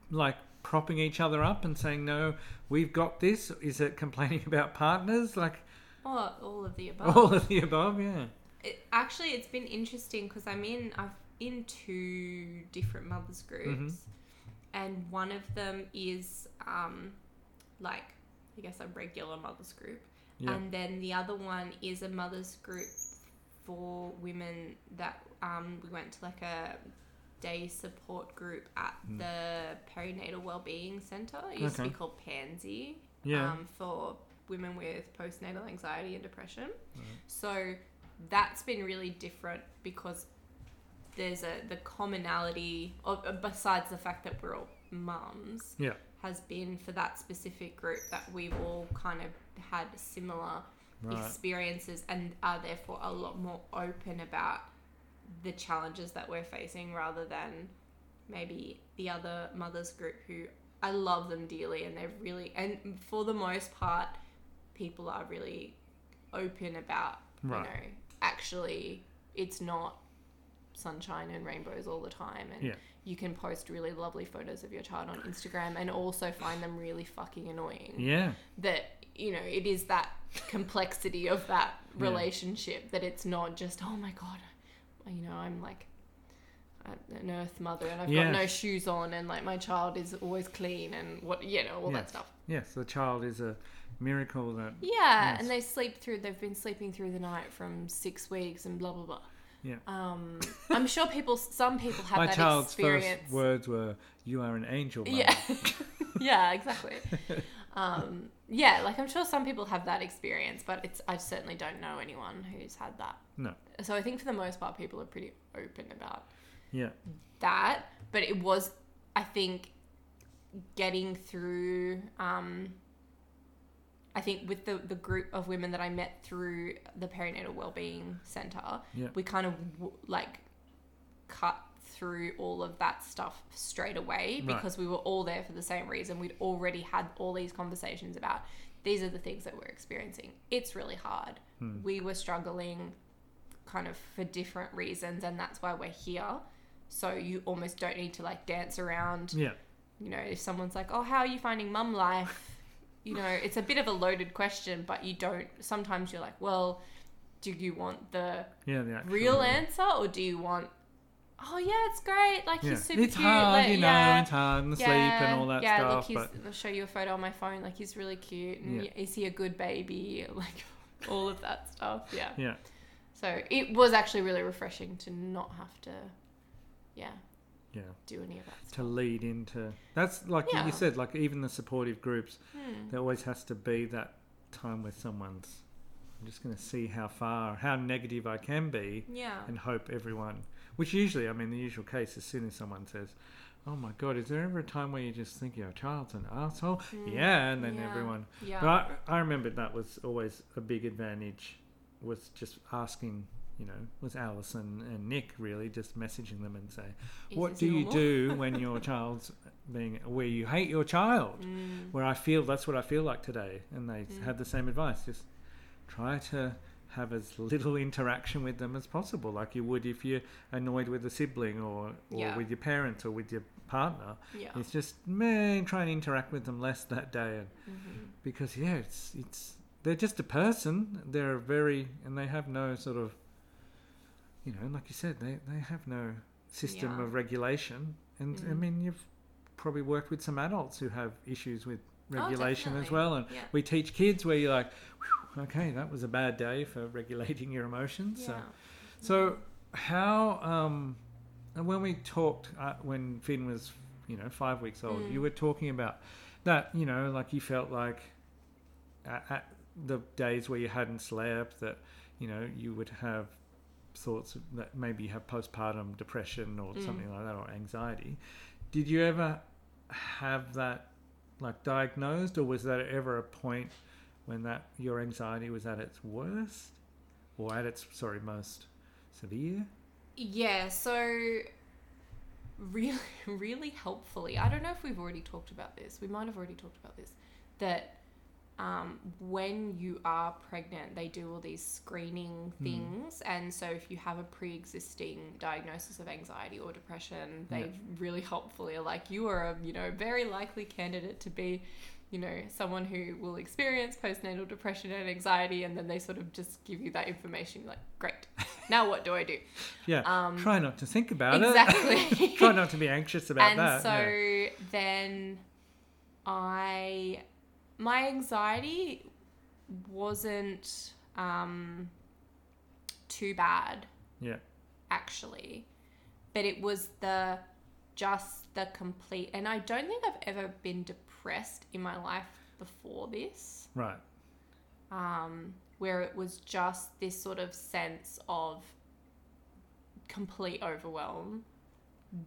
[SPEAKER 1] like propping each other up and saying no, we've got this? Is it complaining about partners? Like
[SPEAKER 3] all, all of the above.
[SPEAKER 1] all of the above? Yeah.
[SPEAKER 3] it, actually it's been interesting because i'm in i've in two different mothers groups
[SPEAKER 1] Mm-hmm.
[SPEAKER 3] and one of them is um like i guess a regular mothers group
[SPEAKER 1] Yeah.
[SPEAKER 3] and then the other one is a mothers group for women that um we went to like a day support group at
[SPEAKER 1] Mm.
[SPEAKER 3] the perinatal wellbeing center it used to
[SPEAKER 1] Okay.
[SPEAKER 3] be called pansy
[SPEAKER 1] Yeah.
[SPEAKER 3] um, for women with postnatal anxiety and depression.
[SPEAKER 1] Right.
[SPEAKER 3] So that's been really different because there's a the commonality of uh, besides the fact that we're all mums
[SPEAKER 1] Yeah.
[SPEAKER 3] has been for that specific group that we've all kind of had similar
[SPEAKER 1] right.
[SPEAKER 3] experiences and are therefore a lot more open about the challenges that we're facing rather than maybe the other mothers group who I love them dearly and they're really and for the most part people are really open about
[SPEAKER 1] Right.
[SPEAKER 3] you know actually it's not sunshine and rainbows all the time and
[SPEAKER 1] Yeah.
[SPEAKER 3] you can post really lovely photos of your child on Instagram and also find them really fucking annoying
[SPEAKER 1] Yeah.
[SPEAKER 3] that you know it is that complexity of that
[SPEAKER 1] Yeah.
[SPEAKER 3] relationship that it's not just oh my god you know i'm like an earth mother and i've got no
[SPEAKER 1] Yes.
[SPEAKER 3] shoes on and like my child is always clean and what you know all
[SPEAKER 1] Yes.
[SPEAKER 3] that stuff
[SPEAKER 1] Yes. The child is a miracle that.
[SPEAKER 3] yeah
[SPEAKER 1] Yes.
[SPEAKER 3] and they sleep through they've been sleeping through the night from six weeks and blah blah blah
[SPEAKER 1] Yeah.
[SPEAKER 3] um i'm sure people some people have
[SPEAKER 1] My
[SPEAKER 3] that
[SPEAKER 1] child's
[SPEAKER 3] experience
[SPEAKER 1] first words were, "You are an angel." Mum."
[SPEAKER 3] Yeah. yeah, exactly. Um, yeah, like I'm sure some people have that experience, but it's I certainly don't know anyone who's had that.
[SPEAKER 1] No.
[SPEAKER 3] So I think for the most part people are pretty open about
[SPEAKER 1] Yeah.
[SPEAKER 3] that, but it was I think getting through um I think with the, the group of women that I met through the perinatal wellbeing center,
[SPEAKER 1] Yeah.
[SPEAKER 3] we kind of w- like cut through all of that stuff straight away
[SPEAKER 1] Right.
[SPEAKER 3] because we were all there for the same reason. We'd already had all these conversations about these are the things that we're experiencing. It's really hard.
[SPEAKER 1] Hmm.
[SPEAKER 3] We were struggling kind of for different reasons, and that's why we're here. So you almost don't need to like dance around
[SPEAKER 1] Yeah.
[SPEAKER 3] you know, if someone's like, "Oh, how are you finding mum life?" You know, it's a bit of a loaded question, but you don't. Sometimes you're like, "Well, do you want the
[SPEAKER 1] Yeah. The actual,
[SPEAKER 3] real answer, or do you want?" Oh yeah, it's great. Like
[SPEAKER 1] Yeah.
[SPEAKER 3] he's super
[SPEAKER 1] it's
[SPEAKER 3] cute.
[SPEAKER 1] hard,
[SPEAKER 3] like,
[SPEAKER 1] you know.
[SPEAKER 3] yeah,
[SPEAKER 1] It's hard and the sleep
[SPEAKER 3] yeah,
[SPEAKER 1] and all that
[SPEAKER 3] yeah,
[SPEAKER 1] stuff.
[SPEAKER 3] look,
[SPEAKER 1] but
[SPEAKER 3] he's, I'll show you a photo on my phone. Like he's really cute. And
[SPEAKER 1] Yeah.
[SPEAKER 3] Is he a good baby? Like all of that stuff. Yeah.
[SPEAKER 1] yeah,
[SPEAKER 3] So it was actually really refreshing to not have to, yeah,
[SPEAKER 1] yeah.
[SPEAKER 3] do any of that.
[SPEAKER 1] To
[SPEAKER 3] Stuff.
[SPEAKER 1] lead into that's like
[SPEAKER 3] Yeah.
[SPEAKER 1] you said, like even the supportive groups,
[SPEAKER 3] Hmm.
[SPEAKER 1] there always has to be that time where someone's. I'm just going to see how far, how negative I can be,
[SPEAKER 3] Yeah.
[SPEAKER 1] and hope everyone. Which usually, I mean, the usual case, as soon as someone says, "Oh my God," is there ever a time where you just think your child's an asshole?
[SPEAKER 3] Mm.
[SPEAKER 1] Yeah, and then
[SPEAKER 3] Yeah.
[SPEAKER 1] everyone
[SPEAKER 3] Yeah.
[SPEAKER 1] But I, I remember that was always a big advantage was just asking, you know, was Alison and Nick really just messaging them and say,
[SPEAKER 3] Is
[SPEAKER 1] what
[SPEAKER 3] this
[SPEAKER 1] do
[SPEAKER 3] normal?
[SPEAKER 1] you do when your child's being, where you hate your child?
[SPEAKER 3] Mm.
[SPEAKER 1] Where I feel, that's what I feel like today. And they
[SPEAKER 3] Mm.
[SPEAKER 1] had the same advice. Just try to have as little interaction with them as possible, like you would if you're annoyed with a sibling or, or
[SPEAKER 3] Yeah.
[SPEAKER 1] with your parents or with your partner.
[SPEAKER 3] Yeah.
[SPEAKER 1] It's just, man, try and interact with them less that day and
[SPEAKER 3] Mhm.
[SPEAKER 1] because yeah, it's it's they're just a person. They're very and they have no sort of you know, like you said, they they have no system
[SPEAKER 3] Yeah.
[SPEAKER 1] of regulation. And I
[SPEAKER 3] Mm.
[SPEAKER 1] mean, you've probably worked with some adults who have issues with
[SPEAKER 3] Oh,
[SPEAKER 1] regulation as
[SPEAKER 3] definitely.
[SPEAKER 1] well. And
[SPEAKER 3] Yeah.
[SPEAKER 1] we teach kids where you're like, "Whew, okay, that was a bad day for regulating your emotions. So
[SPEAKER 3] Yeah. Mm-hmm.
[SPEAKER 1] so, how, um, and when we talked uh, when Finn was, you know, five weeks old,
[SPEAKER 3] Mm.
[SPEAKER 1] you were talking about that, you know, like you felt like at, at the days where you hadn't slept, that, you know, you would have thoughts of- that maybe you have postpartum depression or
[SPEAKER 3] Mm.
[SPEAKER 1] something like that or anxiety. Did you ever have that, like, diagnosed, or was that ever a point when that your anxiety was at its worst or at its, sorry, most? severe.
[SPEAKER 3] Yeah, so really, really helpfully. I don't know if we've already talked about this. We might have already talked about this. That um, when you are pregnant, they do all these screening
[SPEAKER 1] Mm.
[SPEAKER 3] things. And so if you have a pre existing diagnosis of anxiety or depression, they
[SPEAKER 1] Yeah.
[SPEAKER 3] really helpfully are like, you are a, you know, very likely candidate to be. You know, someone who will experience postnatal depression and anxiety, and then they sort of just give you that information. You're like, great, now what do I do?
[SPEAKER 1] Yeah.
[SPEAKER 3] Um,
[SPEAKER 1] Try not to think about
[SPEAKER 3] exactly.
[SPEAKER 1] it. Try not to be anxious about
[SPEAKER 3] and
[SPEAKER 1] that.
[SPEAKER 3] so
[SPEAKER 1] yeah.
[SPEAKER 3] then I my anxiety wasn't um too bad.
[SPEAKER 1] Yeah.
[SPEAKER 3] Actually. But it was the just the complete and I don't think I've ever been depressed in my life before this
[SPEAKER 1] Right.
[SPEAKER 3] um, where it was just this sort of sense of complete overwhelm.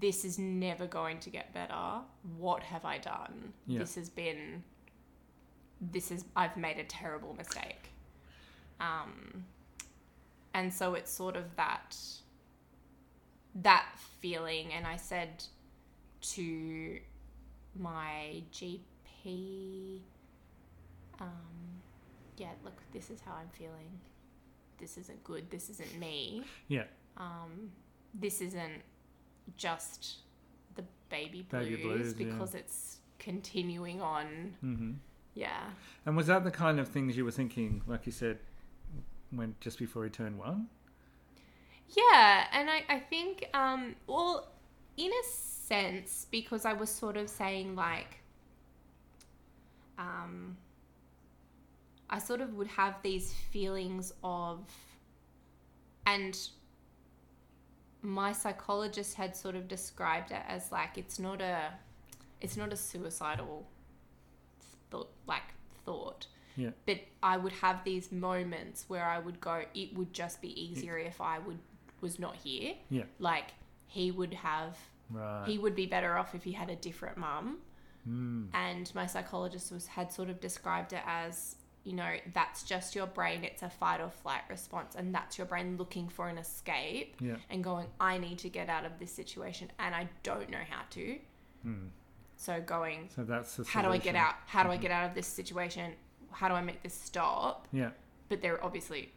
[SPEAKER 3] This is never going to get better. What have I done?
[SPEAKER 1] Yeah.
[SPEAKER 3] This has been. This is. I've made a terrible mistake. Um, and so it's sort of that. That feeling, and I said to my GP, um, yeah, look, this is how I'm feeling. This isn't good. This isn't me.
[SPEAKER 1] Yeah.
[SPEAKER 3] Um, this isn't just the baby blues,
[SPEAKER 1] Baby blues, yeah.
[SPEAKER 3] because it's continuing on.
[SPEAKER 1] hmm
[SPEAKER 3] Yeah.
[SPEAKER 1] And was that the kind of things you were thinking, like you said, when just before he turned one?
[SPEAKER 3] Yeah, and I, I think, um, well, in a sense, because I was sort of saying, like, um, I sort of would have these feelings of, and my psychologist had sort of described it as like it's not a, it's not a suicidal, thought, like thought.
[SPEAKER 1] Yeah.
[SPEAKER 3] But I would have these moments where I would go, it would just be easier if I would was not here.
[SPEAKER 1] Yeah.
[SPEAKER 3] Like he would have,
[SPEAKER 1] Right.
[SPEAKER 3] he would be better off if he had a different mum
[SPEAKER 1] mm.
[SPEAKER 3] and my psychologist was had sort of described it as you know that's just your brain it's a fight or flight response and that's your brain looking for an escape
[SPEAKER 1] Yeah.
[SPEAKER 3] and going i need to get out of this situation and i don't know how to
[SPEAKER 1] Mm.
[SPEAKER 3] so going
[SPEAKER 1] So that's the.
[SPEAKER 3] how do i get
[SPEAKER 1] solution.
[SPEAKER 3] out how do
[SPEAKER 1] Mm-hmm.
[SPEAKER 3] i get out of this situation how do i make this stop
[SPEAKER 1] Yeah.
[SPEAKER 3] but they're obviously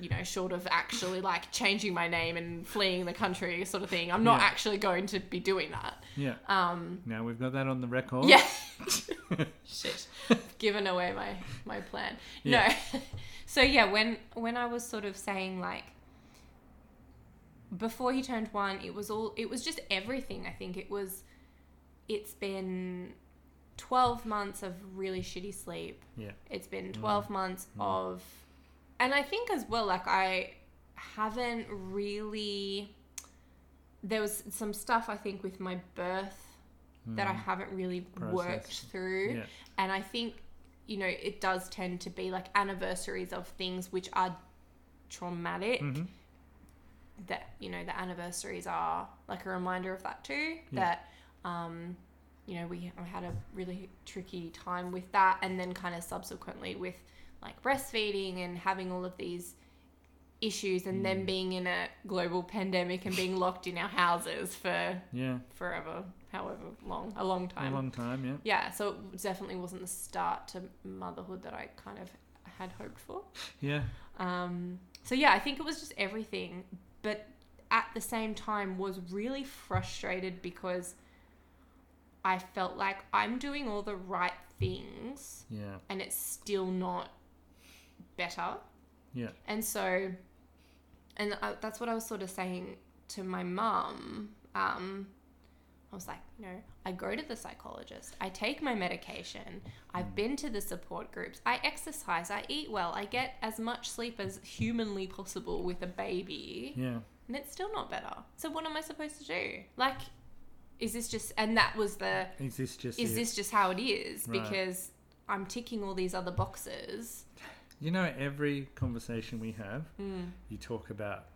[SPEAKER 3] you know short of actually like changing my name and fleeing the country sort of thing i'm not
[SPEAKER 1] Yeah.
[SPEAKER 3] actually going to be doing that
[SPEAKER 1] Yeah.
[SPEAKER 3] um
[SPEAKER 1] Now we've got that on the record.
[SPEAKER 3] Yeah. Shit. Given away my my plan. No. so yeah, when when I was sort of saying like before he turned 1, it was all it was just everything, I think. It was it's been 12 months of really shitty sleep.
[SPEAKER 1] Yeah.
[SPEAKER 3] It's been 12 months of and I think as well like I haven't really there was some stuff I think with my birth that I haven't really worked
[SPEAKER 1] Process.
[SPEAKER 3] through.
[SPEAKER 1] Mm. Yeah.
[SPEAKER 3] And I think, you know, it does tend to be like anniversaries of things which are traumatic.
[SPEAKER 1] Mhm.
[SPEAKER 3] That, you know, the anniversaries are like a reminder of that too.
[SPEAKER 1] Yeah.
[SPEAKER 3] That, um, you know, we I had a really tricky time with that. And then kind of subsequently with like breastfeeding and having all of these issues and
[SPEAKER 1] Mm.
[SPEAKER 3] then being in a global pandemic and being locked in our houses for
[SPEAKER 1] Yeah.
[SPEAKER 3] forever, however long, a long
[SPEAKER 1] A
[SPEAKER 3] time.
[SPEAKER 1] long time. Yeah.
[SPEAKER 3] Yeah, so it definitely wasn't the start to motherhood that I kind of had hoped for.
[SPEAKER 1] Yeah.
[SPEAKER 3] Um, so yeah, I think it was just everything, but at the same time was really frustrated because I felt like I'm doing all the right things
[SPEAKER 1] Yeah.
[SPEAKER 3] and it's still not better.
[SPEAKER 1] Yeah.
[SPEAKER 3] And so, and I, that's what I was sort of saying to my mum. Um, I was like, you know, I go to the psychologist, I take my medication, I've
[SPEAKER 1] Mm.
[SPEAKER 3] been to the support groups, I exercise, I eat well, I get as much sleep as humanly possible with a baby,
[SPEAKER 1] Yeah.
[SPEAKER 3] and it's still not better. So, what am I supposed to do? Like, is this just, and that was the,
[SPEAKER 1] Is this just?
[SPEAKER 3] is
[SPEAKER 1] it?
[SPEAKER 3] this just how it is?
[SPEAKER 1] Right.
[SPEAKER 3] Because I'm ticking all these other boxes.
[SPEAKER 1] You know, every conversation we have, you talk about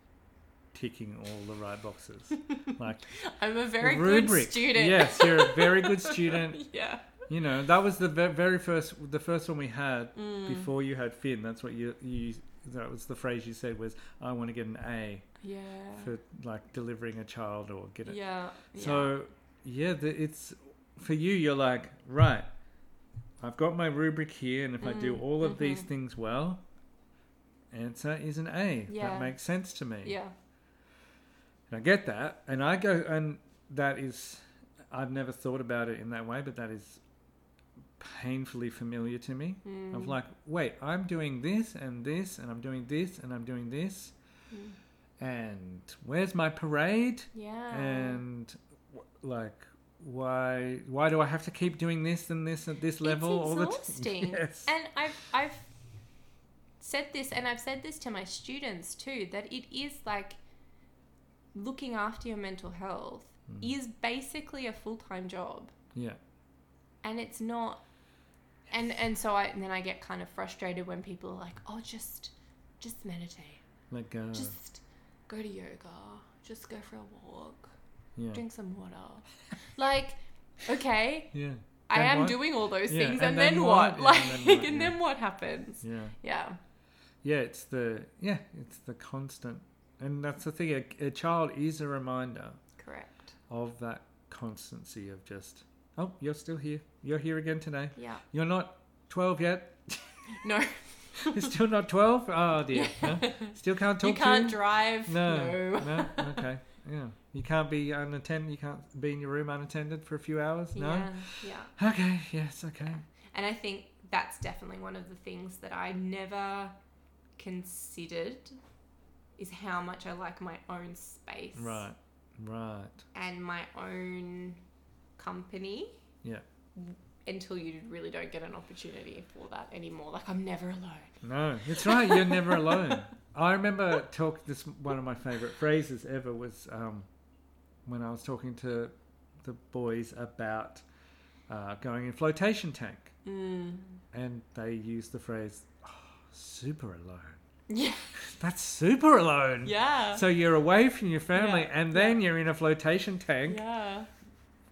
[SPEAKER 1] ticking all the right boxes, like
[SPEAKER 3] I'm a very
[SPEAKER 1] rubric.
[SPEAKER 3] good student.
[SPEAKER 1] Yes, you're a very good student.
[SPEAKER 3] yeah.
[SPEAKER 1] You know, that was the ve- very first, the first one we had
[SPEAKER 3] Mm.
[SPEAKER 1] before you had Finn. That's what you you. That was the phrase you said was, "I want to get an A."
[SPEAKER 3] Yeah.
[SPEAKER 1] for like delivering a child or get it.
[SPEAKER 3] Uh. Yeah.
[SPEAKER 1] So yeah, the, it's for you. You're like right. I've got my rubric here, and if I do
[SPEAKER 3] Mm,
[SPEAKER 1] all of these
[SPEAKER 3] mhm.
[SPEAKER 1] things well, answer is an A.
[SPEAKER 3] Yeah.
[SPEAKER 1] That makes sense to me.
[SPEAKER 3] yeah.
[SPEAKER 1] And I get that, and I go, and that is, I've never thought about it in that way, but that is painfully familiar to me.
[SPEAKER 3] Yeah. Mm.
[SPEAKER 1] Of like, wait, I'm doing this and this, and I'm doing this, and I'm doing this,
[SPEAKER 3] Mm.
[SPEAKER 1] and where's my parade?
[SPEAKER 3] Yeah.
[SPEAKER 1] and w- like why why do i have to keep doing this and this at this level all the
[SPEAKER 3] exhausting.
[SPEAKER 1] time yes
[SPEAKER 3] And I've I've said this and I've said this to my students too that it is like looking after your mental health
[SPEAKER 1] Mm.
[SPEAKER 3] is basically a full-time job
[SPEAKER 1] yeah
[SPEAKER 3] and it's not and and so I and then I get kind of frustrated when people are like, "Oh, just just meditate.
[SPEAKER 1] let go
[SPEAKER 3] Just go to yoga. Just go for a walk.
[SPEAKER 1] yeah
[SPEAKER 3] Drink some water." like, okay,
[SPEAKER 1] yeah
[SPEAKER 3] I
[SPEAKER 1] Then
[SPEAKER 3] am
[SPEAKER 1] what?
[SPEAKER 3] doing all those
[SPEAKER 1] Yeah,
[SPEAKER 3] things,
[SPEAKER 1] and
[SPEAKER 3] and, then,
[SPEAKER 1] then
[SPEAKER 3] what?
[SPEAKER 1] what?
[SPEAKER 3] Like,
[SPEAKER 1] Yeah, and
[SPEAKER 3] and
[SPEAKER 1] then
[SPEAKER 3] then
[SPEAKER 1] what?
[SPEAKER 3] what,
[SPEAKER 1] Yeah.
[SPEAKER 3] happens?
[SPEAKER 1] yeah
[SPEAKER 3] Yeah,
[SPEAKER 1] yeah it's the yeah it's the constant and that's the thing a, a child is a reminder
[SPEAKER 3] correct.
[SPEAKER 1] of that constancy of just oh you're still here you're here again today
[SPEAKER 3] Yeah,
[SPEAKER 1] you're not 12 yet
[SPEAKER 3] no,
[SPEAKER 1] you're still not 12 oh dear huh? still can't talk
[SPEAKER 3] you can't
[SPEAKER 1] to
[SPEAKER 3] drive.
[SPEAKER 1] No.
[SPEAKER 3] No,
[SPEAKER 1] no. Okay. Yeah. You can't be unattended. You can't be in your room unattended for a few hours. No.
[SPEAKER 3] yeah, yeah.
[SPEAKER 1] Okay. Yes. Okay.
[SPEAKER 3] And I think that's definitely one of the things that I never considered is how much I like my own space,
[SPEAKER 1] Right. Right.
[SPEAKER 3] and my own company.
[SPEAKER 1] Yeah.
[SPEAKER 3] Until you really don't get an opportunity for that anymore. Like I'm never alone.
[SPEAKER 1] No. It's right. You're never alone. I remember talk. This one of my favorite phrases ever was um, when I was talking to the boys about uh, going in flotation tank,
[SPEAKER 3] Mm.
[SPEAKER 1] and they used the phrase oh, "super alone."
[SPEAKER 3] Yeah,
[SPEAKER 1] That's super alone.
[SPEAKER 3] yeah.
[SPEAKER 1] Mm. So you're away from your family,
[SPEAKER 3] Yeah,
[SPEAKER 1] and then you're in a flotation tank,
[SPEAKER 3] Yeah.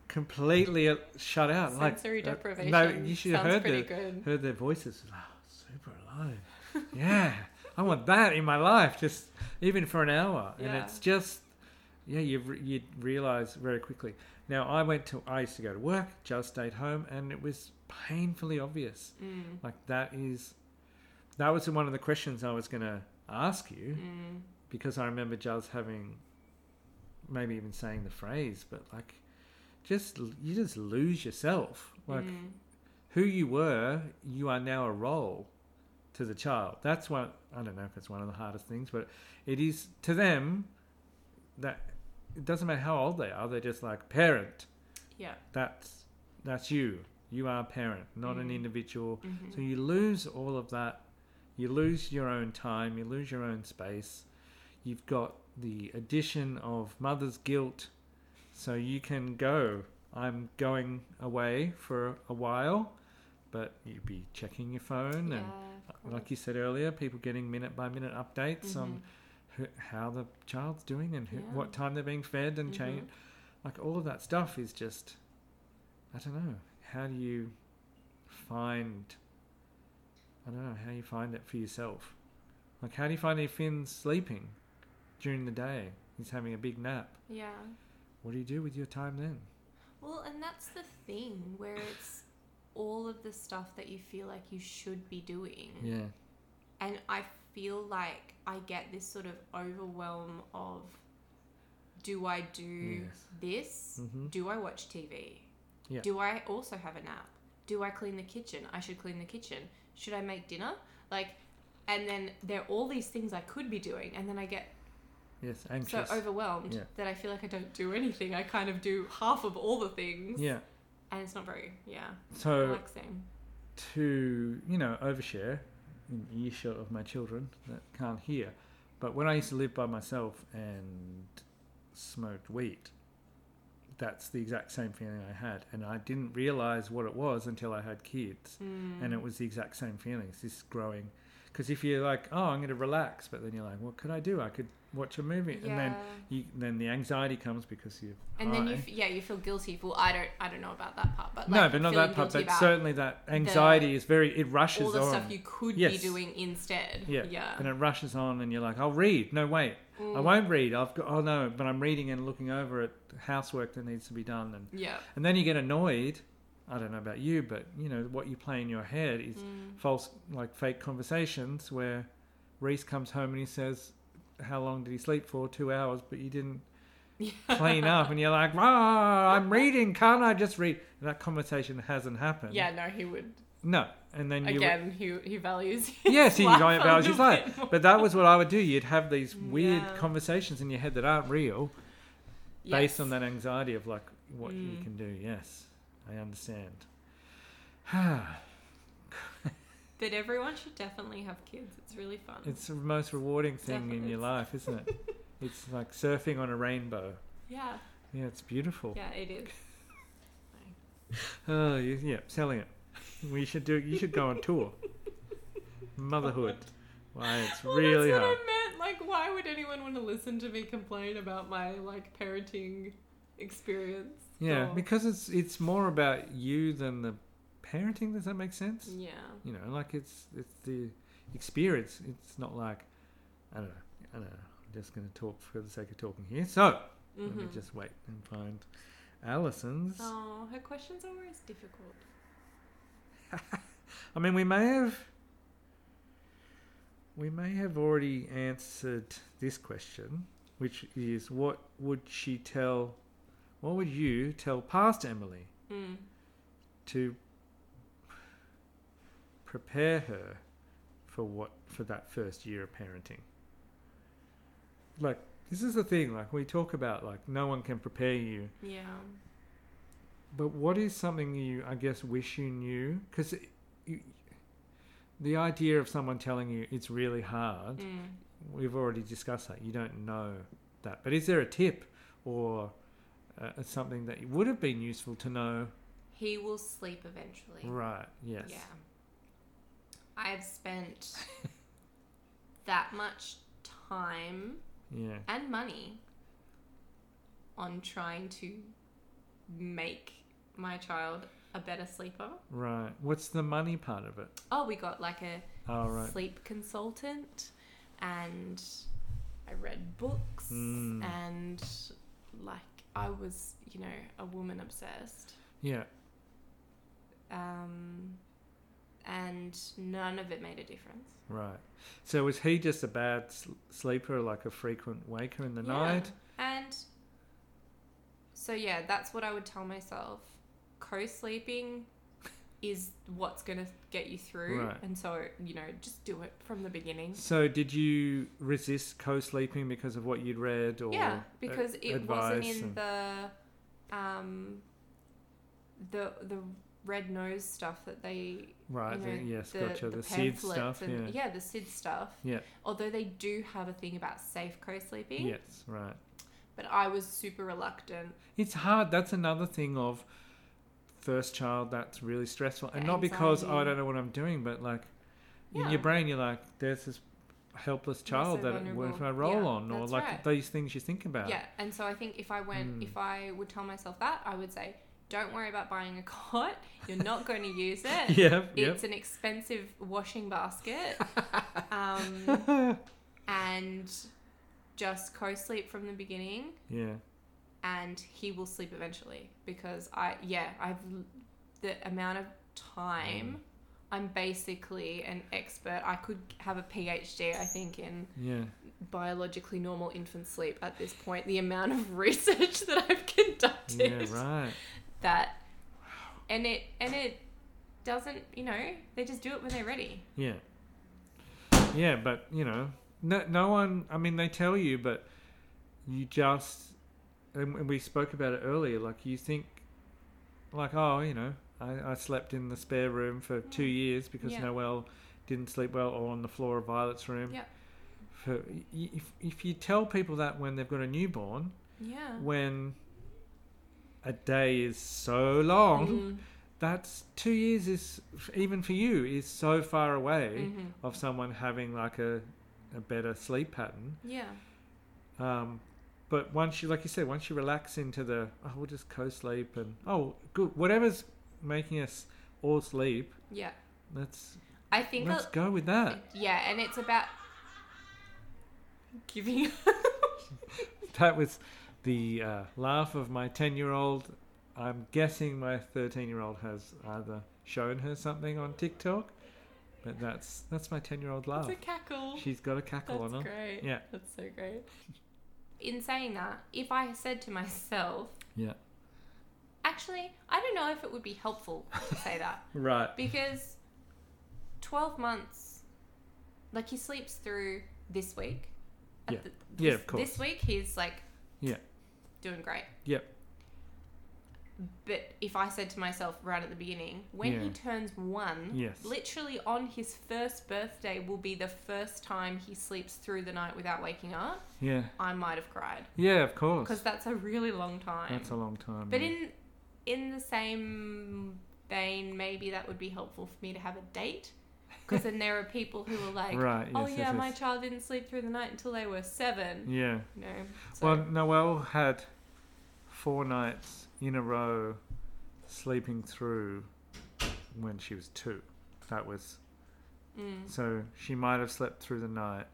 [SPEAKER 1] completely uh, shut out.
[SPEAKER 3] Sensory
[SPEAKER 1] like, uh,
[SPEAKER 3] deprivation.
[SPEAKER 1] no, you should have
[SPEAKER 3] Sounds
[SPEAKER 1] heard
[SPEAKER 3] pretty
[SPEAKER 1] the,
[SPEAKER 3] good.
[SPEAKER 1] heard their voices. Wow, super alone. yeah, I want that in my life, just even for an hour. And
[SPEAKER 3] Yeah.
[SPEAKER 1] it's just, yeah, you re- you realize very quickly. Now I went to I used to go to work, just stayed home, and it was painfully obvious.
[SPEAKER 3] Mm,
[SPEAKER 1] Like that is, that was one of the questions I was going to ask you
[SPEAKER 3] mm,
[SPEAKER 1] because I remember Jazz having, maybe even saying the phrase, but like, just l- you just lose yourself. Like
[SPEAKER 3] mm.
[SPEAKER 1] who you were, you are now a role to the child. That's one. I don't know if it's one of the hardest things, but it is to them that it doesn't matter how old they are. They're just like parent.
[SPEAKER 3] Yeah.
[SPEAKER 1] That's that's you. You are a parent, not an
[SPEAKER 3] Mm.
[SPEAKER 1] individual.
[SPEAKER 3] mhm.
[SPEAKER 1] So you lose all of that. You lose your own time. You lose your own space. You've got the addition of mother's guilt. So you can go. I'm going away for a while, but you'd be checking your phone.
[SPEAKER 3] yeah,
[SPEAKER 1] And
[SPEAKER 3] of course.
[SPEAKER 1] like you said earlier, people getting minute by minute updates on
[SPEAKER 3] Mhm.
[SPEAKER 1] who, how the child's doing and who,
[SPEAKER 3] Yeah.
[SPEAKER 1] what time they're being fed and
[SPEAKER 3] Mhm.
[SPEAKER 1] change. Like all of that stuff is just, I don't know. How do you find? I don't know how you find it for yourself. Like how do you find if Finn's sleeping during the day? He's having a big nap.
[SPEAKER 3] Yeah.
[SPEAKER 1] What do you do with your time then?
[SPEAKER 3] Well, and that's the thing where it's all of the stuff that you feel like you should be doing.
[SPEAKER 1] Yeah,
[SPEAKER 3] And I feel like I get this sort of overwhelm of do I do
[SPEAKER 1] Yes.
[SPEAKER 3] this?
[SPEAKER 1] Mhm.
[SPEAKER 3] Do I watch TV?
[SPEAKER 1] Yeah.
[SPEAKER 3] Do I also have a nap? Do I clean the kitchen? I should clean the kitchen. Should I make dinner? Like, and then there are all these things I could be doing, and then I get
[SPEAKER 1] yes, anxious.
[SPEAKER 3] so overwhelmed
[SPEAKER 1] Yeah.
[SPEAKER 3] that I feel like I don't do anything. I kind of do half of all the things,
[SPEAKER 1] yeah.
[SPEAKER 3] and it's not very yeah
[SPEAKER 1] So
[SPEAKER 3] relaxing.
[SPEAKER 1] to you know overshare in earshot of my children that can't hear. But when I used to live by myself and smoked weed, that's the exact same feeling I had, and I didn't realize what it was until I had kids,
[SPEAKER 3] Mm.
[SPEAKER 1] and it was the exact same feelings. This growing, because if you're like, oh, I'm going to relax, but then you're like, what could I do? I could watch a movie, and then you then the anxiety comes because you.
[SPEAKER 3] And then you, f- yeah, you feel guilty. Well, I don't, I don't know about that part, but like,
[SPEAKER 1] no, but not
[SPEAKER 3] feeling
[SPEAKER 1] that part. But
[SPEAKER 3] guilty about
[SPEAKER 1] certainly that anxiety is very it rushes
[SPEAKER 3] all the
[SPEAKER 1] on,
[SPEAKER 3] stuff you could be
[SPEAKER 1] Yes.
[SPEAKER 3] doing instead.
[SPEAKER 1] Yeah.
[SPEAKER 3] yeah.
[SPEAKER 1] and it rushes on, and you're like, I'll read. No, wait, I
[SPEAKER 3] Mm.
[SPEAKER 1] won't read. I've got oh no, but I'm reading and looking over at housework that needs to be done, and
[SPEAKER 3] Yeah.
[SPEAKER 1] and then you get annoyed. I don't know about you, but you know what you play in your head is
[SPEAKER 3] Mm.
[SPEAKER 1] false, like fake conversations where Reese comes home and he says, "How long did he sleep for? Two hours, but you didn't clean up." And you're like, "Ah, I'm reading. Can't I just read?" And that conversation hasn't happened.
[SPEAKER 3] Yeah, no, he would.
[SPEAKER 1] No. And then you
[SPEAKER 3] Again, he, he values. His
[SPEAKER 1] Yes, he
[SPEAKER 3] life
[SPEAKER 1] like
[SPEAKER 3] a
[SPEAKER 1] values his
[SPEAKER 3] little
[SPEAKER 1] life.
[SPEAKER 3] bit more.
[SPEAKER 1] But that was what I would do. You'd have these weird
[SPEAKER 3] Mm, Yeah.
[SPEAKER 1] conversations in your head that aren't real,
[SPEAKER 3] Yes.
[SPEAKER 1] based on that anxiety of like what you
[SPEAKER 3] Mm.
[SPEAKER 1] can do. Yes, I understand.
[SPEAKER 3] But everyone should definitely have kids. It's really fun.
[SPEAKER 1] It's the most rewarding thing in your
[SPEAKER 3] Definitely.
[SPEAKER 1] life, isn't it? it's like surfing on a rainbow.
[SPEAKER 3] yeah,
[SPEAKER 1] Yeah, it's beautiful.
[SPEAKER 3] yeah, it is.
[SPEAKER 1] Oh, you, yeah, selling it. We should do. You should go on tour. Motherhood. Why it's
[SPEAKER 3] Well,
[SPEAKER 1] really
[SPEAKER 3] Oh, that's what
[SPEAKER 1] hard.
[SPEAKER 3] I meant. Like, why would anyone want to listen to me complain about my like parenting experience?
[SPEAKER 1] Yeah,
[SPEAKER 3] Or-
[SPEAKER 1] because it's it's more about you than the parenting. Does that make sense?
[SPEAKER 3] yeah.
[SPEAKER 1] You know, like it's it's the experience. It's not like I don't know. I don't know. I'm just going to talk for the sake of talking here. So let me
[SPEAKER 3] Mhm.
[SPEAKER 1] just wait and find Alison's.
[SPEAKER 3] Oh, her questions are always difficult.
[SPEAKER 1] I mean, we may have we may have already answered this question, which is what would she tell? What would you tell past Emily
[SPEAKER 3] Mm.
[SPEAKER 1] to prepare her for what for that first year of parenting? Like this is the thing. Like we talk about, like no one can prepare you
[SPEAKER 3] Yeah.
[SPEAKER 1] but what is something you, I guess, wish you knew? Because the idea of someone telling you it's really hard,
[SPEAKER 3] Mm.
[SPEAKER 1] we've already discussed that. You don't know that. But is there a tip or uh, something that would have been useful to know?
[SPEAKER 3] He will sleep eventually.
[SPEAKER 1] Right, yes.
[SPEAKER 3] Yeah. I've spent that much time
[SPEAKER 1] Yeah.
[SPEAKER 3] and money on trying to make my child a better sleeper.
[SPEAKER 1] right. What's the money part of it?
[SPEAKER 3] Oh, we got like a
[SPEAKER 1] Oh, right.
[SPEAKER 3] sleep consultant and I read books
[SPEAKER 1] Mm.
[SPEAKER 3] and like I was, you know, a woman obsessed.
[SPEAKER 1] Yeah,
[SPEAKER 3] Um, and none of it made a difference.
[SPEAKER 1] right. So was he just a bad s- sleeper, like a frequent waker in the
[SPEAKER 3] Yeah.
[SPEAKER 1] night?
[SPEAKER 3] And so, yeah, that's what I would tell myself. Co sleeping is what's going to get you through.
[SPEAKER 1] Right.
[SPEAKER 3] And so, you know, just do it from the beginning.
[SPEAKER 1] So did you resist co-sleeping because of what you'd read or
[SPEAKER 3] yeah,
[SPEAKER 1] a-
[SPEAKER 3] because it wasn't
[SPEAKER 1] advice
[SPEAKER 3] in
[SPEAKER 1] and-
[SPEAKER 3] the. Um, the the red nose stuff that they
[SPEAKER 1] Right.
[SPEAKER 3] you
[SPEAKER 1] the-
[SPEAKER 3] know,
[SPEAKER 1] yes. gotcha. The, seed
[SPEAKER 3] pamphlets
[SPEAKER 1] stuff.
[SPEAKER 3] and,
[SPEAKER 1] yeah.
[SPEAKER 3] yeah the sid stuff
[SPEAKER 1] Yeah.
[SPEAKER 3] although they do have a thing about safe co-sleeping
[SPEAKER 1] Yes. Right.
[SPEAKER 3] but I was super reluctant
[SPEAKER 1] It's hard. That's another thing of first child. That's really stressful, and
[SPEAKER 3] The
[SPEAKER 1] not because oh, I
[SPEAKER 3] anxiety.
[SPEAKER 1] don't know what I'm doing, but like in
[SPEAKER 3] Yeah.
[SPEAKER 1] your brain, you're like, there's this helpless child
[SPEAKER 3] so
[SPEAKER 1] that it- what if
[SPEAKER 3] vulnerable.
[SPEAKER 1] I roll
[SPEAKER 3] Yeah,
[SPEAKER 1] on, or
[SPEAKER 3] that's
[SPEAKER 1] like
[SPEAKER 3] right.
[SPEAKER 1] these things you think about.
[SPEAKER 3] Yeah, and so I think if I went,
[SPEAKER 1] Mm.
[SPEAKER 3] if I would tell myself that, I would say, don't worry about buying a cot. You're not going to use it.
[SPEAKER 1] Yep. Yep.
[SPEAKER 3] It's an expensive washing basket. um, and just co sleep from the beginning,
[SPEAKER 1] Yeah.
[SPEAKER 3] and he will sleep eventually. Because I, yeah, I've l- the amount of time.
[SPEAKER 1] Mm.
[SPEAKER 3] I'm basically an expert. I could have a PhD, I think, in
[SPEAKER 1] Yeah.
[SPEAKER 3] biologically normal infant sleep at this point the amount of research that i've conducted
[SPEAKER 1] Yeah. Right.
[SPEAKER 3] that and it and it doesn't you know they just do it when they're ready
[SPEAKER 1] Yeah. Yeah, but you know, no, no one. I mean, they tell you, but you just. And and we spoke about it earlier. Like you think, like oh, you know, I, I slept in the spare room for two years because
[SPEAKER 3] Mm. Yeah.
[SPEAKER 1] Noel didn't sleep well, or on the floor of Violet's room.
[SPEAKER 3] Yeah.
[SPEAKER 1] For y- y- if if you tell people that when they've got a newborn,
[SPEAKER 3] yeah
[SPEAKER 1] when a day is so long,
[SPEAKER 3] Mm,
[SPEAKER 1] that's two years is even for you is so far away
[SPEAKER 3] mhm.
[SPEAKER 1] of someone having like a, a better sleep pattern
[SPEAKER 3] yeah
[SPEAKER 1] Um, but once you, like you said, once you relax into the, oh, we'll just co-sleep and oh, good, whatever's making us all sleep,
[SPEAKER 3] Yeah.
[SPEAKER 1] let's
[SPEAKER 3] I think
[SPEAKER 1] let's go with that.
[SPEAKER 3] Yeah, and it's about giving
[SPEAKER 1] That was the uh, laugh of my ten-year-old. I'm guessing my thirteen-year-old has either shown her something on TikTok, but that's that's my ten-year-old laugh.
[SPEAKER 3] It's a cackle.
[SPEAKER 1] She's got a cackle
[SPEAKER 3] That's
[SPEAKER 1] on her.
[SPEAKER 3] great.
[SPEAKER 1] Yeah.
[SPEAKER 3] That's so great. In saying that, if I said to myself,
[SPEAKER 1] Yeah.
[SPEAKER 3] actually, I don't know if it would be helpful to say that
[SPEAKER 1] Right.
[SPEAKER 3] because 12 months, like he sleeps through this week. At
[SPEAKER 1] Yeah.
[SPEAKER 3] the-
[SPEAKER 1] Yeah,
[SPEAKER 3] this-
[SPEAKER 1] of course.
[SPEAKER 3] This week he's like,
[SPEAKER 1] Yeah.
[SPEAKER 3] doing great.
[SPEAKER 1] Yep.
[SPEAKER 3] But if I said to myself right at the beginning, when he
[SPEAKER 1] Yeah.
[SPEAKER 3] turns one,
[SPEAKER 1] Yes.
[SPEAKER 3] literally on his first birthday will be the first time he sleeps through the night without waking up,
[SPEAKER 1] Yeah.
[SPEAKER 3] I might have cried
[SPEAKER 1] Yeah. Of course.
[SPEAKER 3] because that's a really long time.
[SPEAKER 1] That's a long time.
[SPEAKER 3] but
[SPEAKER 1] yeah.
[SPEAKER 3] in in the same vein, maybe that would be helpful for me to have a date because then there are people who are like,
[SPEAKER 1] right.
[SPEAKER 3] "Oh
[SPEAKER 1] yes,
[SPEAKER 3] yeah,
[SPEAKER 1] yes,
[SPEAKER 3] my
[SPEAKER 1] yes.
[SPEAKER 3] child didn't sleep through the night until they were seven.
[SPEAKER 1] Yeah.
[SPEAKER 3] No, so,
[SPEAKER 1] Well, Noel had four nights in a row sleeping through when she was two. That was
[SPEAKER 3] mm,
[SPEAKER 1] so she might have slept through the night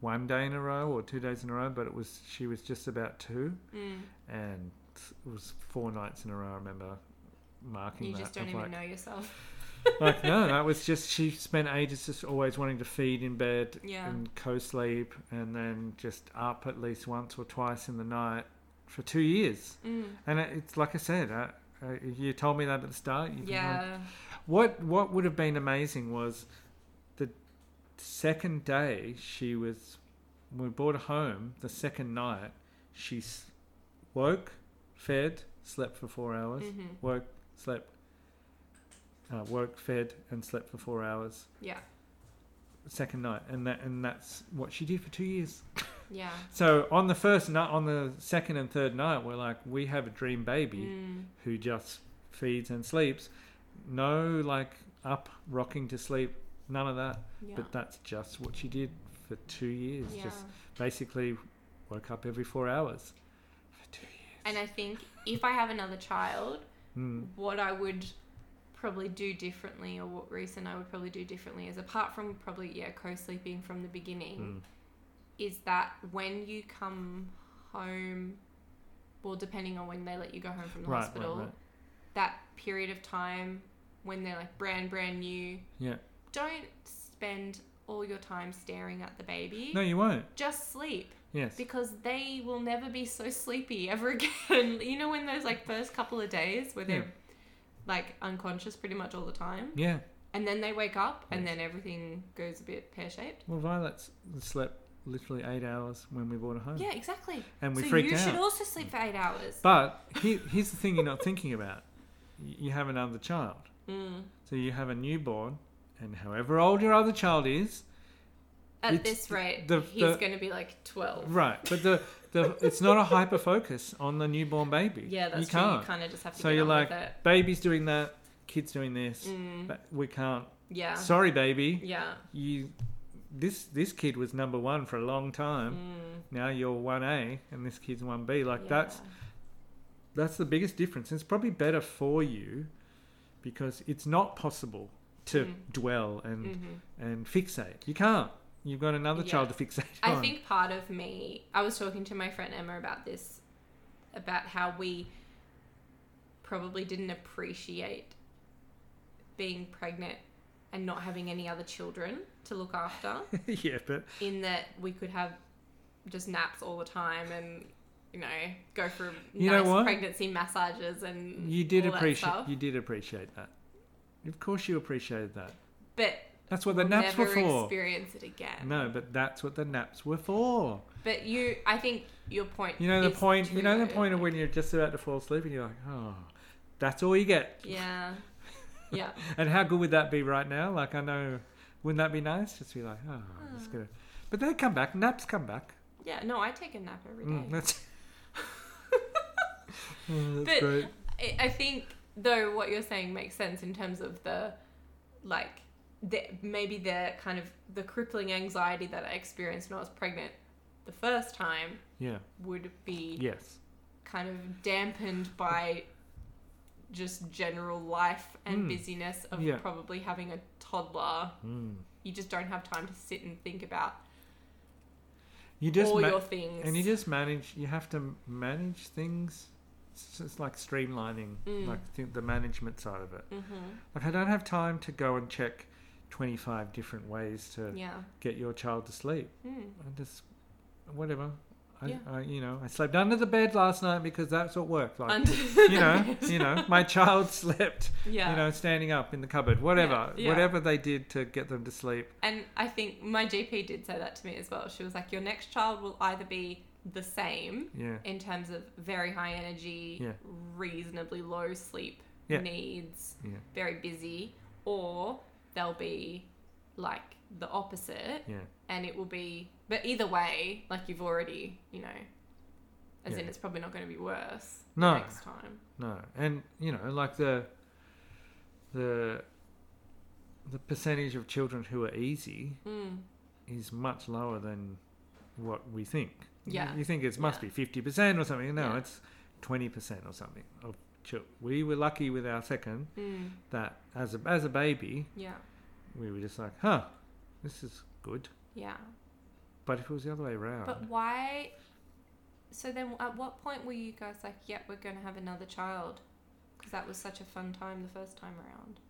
[SPEAKER 1] one day in a row or two days in a row, but it was she was just about two,
[SPEAKER 3] mm,
[SPEAKER 1] and it was four nights in a row. I remember marking
[SPEAKER 3] you
[SPEAKER 1] that.
[SPEAKER 3] just don't
[SPEAKER 1] of
[SPEAKER 3] even
[SPEAKER 1] like,
[SPEAKER 3] know yourself.
[SPEAKER 1] like no, that was just she spent ages just always wanting to feed in bed
[SPEAKER 3] Yeah.
[SPEAKER 1] and co-sleep, and then just up at least once or twice in the night for two years.
[SPEAKER 3] Mm,
[SPEAKER 1] And it- it's like I said, I, I, if you told me that at the start. You
[SPEAKER 3] yeah.
[SPEAKER 1] What What would have been amazing was the second day she was. We brought her home the second night. She s- woke, fed, slept for four hours.
[SPEAKER 3] hmm
[SPEAKER 1] Woke, slept. Uh, woke, fed, and slept for four hours.
[SPEAKER 3] Yeah.
[SPEAKER 1] Second night, and that and that's what she did for two years.
[SPEAKER 3] Yeah.
[SPEAKER 1] So on the first night, on the second and third night, we're like, we have a dream baby
[SPEAKER 3] Mm,
[SPEAKER 1] who just feeds and sleeps. No, like up rocking to sleep, none of that.
[SPEAKER 3] yeah.
[SPEAKER 1] But that's just what she did for two years.
[SPEAKER 3] yeah.
[SPEAKER 1] Just basically woke up every four hours for two years.
[SPEAKER 3] And I think if I have another child,
[SPEAKER 1] Mm.
[SPEAKER 3] what I would probably do differently, or what reason I would probably do differently, is apart from probably yeah co-sleeping from the
[SPEAKER 1] Mm.
[SPEAKER 3] beginning, is that when you come home, well, depending on when they let you go home from the
[SPEAKER 1] Right, right,
[SPEAKER 3] hospital,
[SPEAKER 1] right.
[SPEAKER 3] that period of time when they're like brand brand new,
[SPEAKER 1] Yeah.
[SPEAKER 3] don't spend all your time staring at the baby.
[SPEAKER 1] No, you won't.
[SPEAKER 3] Just sleep.
[SPEAKER 1] Yes.
[SPEAKER 3] because they will never be so sleepy ever again. you know when those like first couple of days where they're
[SPEAKER 1] Yeah.
[SPEAKER 3] like unconscious pretty much all the time,
[SPEAKER 1] Yeah.
[SPEAKER 3] and then they wake up and
[SPEAKER 1] Yes.
[SPEAKER 3] then everything goes a bit pear shaped.
[SPEAKER 1] Well, Violet's slept literally eight hours when we brought her home.
[SPEAKER 3] Yeah, exactly.
[SPEAKER 1] Um, And we
[SPEAKER 3] so
[SPEAKER 1] freaked
[SPEAKER 3] you
[SPEAKER 1] out.
[SPEAKER 3] should also sleep for eight hours.
[SPEAKER 1] But he, here's the thing you're not thinking about. Y- You have another child.
[SPEAKER 3] Mm.
[SPEAKER 1] So you have a newborn, and however old your other child is,
[SPEAKER 3] At
[SPEAKER 1] It's
[SPEAKER 3] this
[SPEAKER 1] the-
[SPEAKER 3] rate,
[SPEAKER 1] the-
[SPEAKER 3] he's
[SPEAKER 1] the-
[SPEAKER 3] going to be like twelve.
[SPEAKER 1] right? But the, the it's not a hyper focus on the newborn baby.
[SPEAKER 3] Yeah, that's
[SPEAKER 1] you
[SPEAKER 3] true.
[SPEAKER 1] can't.
[SPEAKER 3] You kind of just have to.
[SPEAKER 1] So
[SPEAKER 3] get
[SPEAKER 1] you're
[SPEAKER 3] on
[SPEAKER 1] like,
[SPEAKER 3] with it.
[SPEAKER 1] baby's doing that, kids doing this,
[SPEAKER 3] Mm,
[SPEAKER 1] but we can't.
[SPEAKER 3] yeah,
[SPEAKER 1] Sorry, baby.
[SPEAKER 3] yeah.
[SPEAKER 1] You, this this kid was number one for a long time.
[SPEAKER 3] Mm,
[SPEAKER 1] Now you're one A, and this kid's one B. um, Like
[SPEAKER 3] yeah.
[SPEAKER 1] that's that's the biggest difference. It's probably better for you because it's not possible to
[SPEAKER 3] Mm.
[SPEAKER 1] dwell and
[SPEAKER 3] Mhm.
[SPEAKER 1] and fixate. You can't. You've got another
[SPEAKER 3] Yeah.
[SPEAKER 1] child to fixate on.
[SPEAKER 3] I think part of me, I was talking to my friend Emma about this, about how we probably didn't appreciate being pregnant and not having any other children to look after,
[SPEAKER 1] yeah, but
[SPEAKER 3] in that we could have just naps all the time and, you know, go for
[SPEAKER 1] You know
[SPEAKER 3] nice
[SPEAKER 1] what?
[SPEAKER 3] pregnancy massages and
[SPEAKER 1] you did
[SPEAKER 3] Mm, all that
[SPEAKER 1] appreciate
[SPEAKER 3] stuff.
[SPEAKER 1] you did appreciate that. Of course, you appreciated that.
[SPEAKER 3] but
[SPEAKER 1] That's what the
[SPEAKER 3] we'll
[SPEAKER 1] naps were
[SPEAKER 3] never
[SPEAKER 1] for.
[SPEAKER 3] experience it again.
[SPEAKER 1] No, but that's what the naps were for.
[SPEAKER 3] But you, I think your point.
[SPEAKER 1] You know the
[SPEAKER 3] is
[SPEAKER 1] point.
[SPEAKER 3] true,
[SPEAKER 1] You know the
[SPEAKER 3] though.
[SPEAKER 1] point of when you're just about to fall asleep and you're like, oh, that's all you get.
[SPEAKER 3] Yeah. Yeah.
[SPEAKER 1] And how good would that be right now? Like, I know, wouldn't that be nice? Just be like, oh, I'm just
[SPEAKER 3] Ah.
[SPEAKER 1] gonna. But they come back. Naps come back.
[SPEAKER 3] Yeah, no, I take a nap every day.
[SPEAKER 1] Mm, that's. Oh, that's
[SPEAKER 3] But-
[SPEAKER 1] great.
[SPEAKER 3] I, I think though what you're saying makes sense in terms of the like the, maybe the kind of the crippling anxiety that I experienced when I was pregnant the first time
[SPEAKER 1] Yeah.
[SPEAKER 3] would be
[SPEAKER 1] Yes.
[SPEAKER 3] kind of dampened by just general life and
[SPEAKER 1] Mm.
[SPEAKER 3] busyness of
[SPEAKER 1] Yeah.
[SPEAKER 3] probably having a toddler.
[SPEAKER 1] Mm.
[SPEAKER 3] You just don't have time to sit and think about
[SPEAKER 1] You just
[SPEAKER 3] all
[SPEAKER 1] ma-
[SPEAKER 3] your things.
[SPEAKER 1] and you just manage. You have to manage things. It's just like streamlining,
[SPEAKER 3] Mm.
[SPEAKER 1] like the, the management side of it.
[SPEAKER 3] mm-hmm.
[SPEAKER 1] Like I don't have time to go and check twenty-five different ways to
[SPEAKER 3] yeah.
[SPEAKER 1] get your child to sleep.
[SPEAKER 3] Mm.
[SPEAKER 1] I just whatever. I,
[SPEAKER 3] Yeah.
[SPEAKER 1] I, you know, I slept under the bed last night because that's what worked. Like,
[SPEAKER 3] Under
[SPEAKER 1] you know, you know, my child slept
[SPEAKER 3] yeah.
[SPEAKER 1] you know, standing up in the cupboard, whatever,
[SPEAKER 3] Yeah, yeah.
[SPEAKER 1] whatever they did to get them to sleep.
[SPEAKER 3] And I think my GP did say that to me as well. She was like, Your next child will either be the same
[SPEAKER 1] Yeah,
[SPEAKER 3] in terms of very high energy,
[SPEAKER 1] Yeah.
[SPEAKER 3] reasonably low sleep
[SPEAKER 1] Yeah.
[SPEAKER 3] needs,
[SPEAKER 1] yeah,
[SPEAKER 3] very busy, or they'll be like the opposite
[SPEAKER 1] yeah,
[SPEAKER 3] and it will be but either way, like you've already, you know, as
[SPEAKER 1] Yeah.
[SPEAKER 3] in it's probably not going to be worse
[SPEAKER 1] No.
[SPEAKER 3] next time.
[SPEAKER 1] no, and you know, like the the the percentage of children who are easy
[SPEAKER 3] Mm.
[SPEAKER 1] is much lower than what we think. You-
[SPEAKER 3] Yeah.
[SPEAKER 1] you think it must
[SPEAKER 3] Yeah.
[SPEAKER 1] be fifty percent or something. No,
[SPEAKER 3] Yeah.
[SPEAKER 1] it's twenty percent or something of chil- We were lucky with our second
[SPEAKER 3] Mm.
[SPEAKER 1] that as a as a baby
[SPEAKER 3] Yeah.
[SPEAKER 1] we were just like, huh, this is good.
[SPEAKER 3] Yeah.
[SPEAKER 1] But if it was the other way around,
[SPEAKER 3] But why? So then, at what point were you guys like, "Yep, we're going to have another child"? Because that was such a fun time the first time around.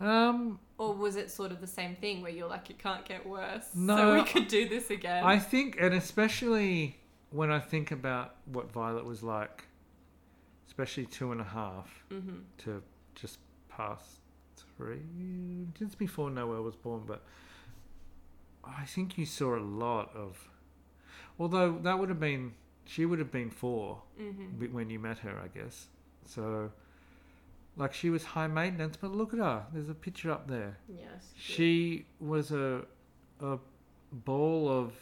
[SPEAKER 1] um,
[SPEAKER 3] Or was it sort of the same thing where you're like, "It can't get worse"? so
[SPEAKER 1] No,
[SPEAKER 3] we could do this again.
[SPEAKER 1] I think, and especially when I think about what Violet was like, especially two and a half
[SPEAKER 3] mm-hmm.
[SPEAKER 1] to just past three, just before Noel was born, but I think you saw a lot of. Although that would have been, she would have been four
[SPEAKER 3] Mm-hmm.
[SPEAKER 1] b- when you met her, I guess. So, like, she was high maintenance, but look at her. There's a picture up there.
[SPEAKER 3] Yes.
[SPEAKER 1] She was a a ball of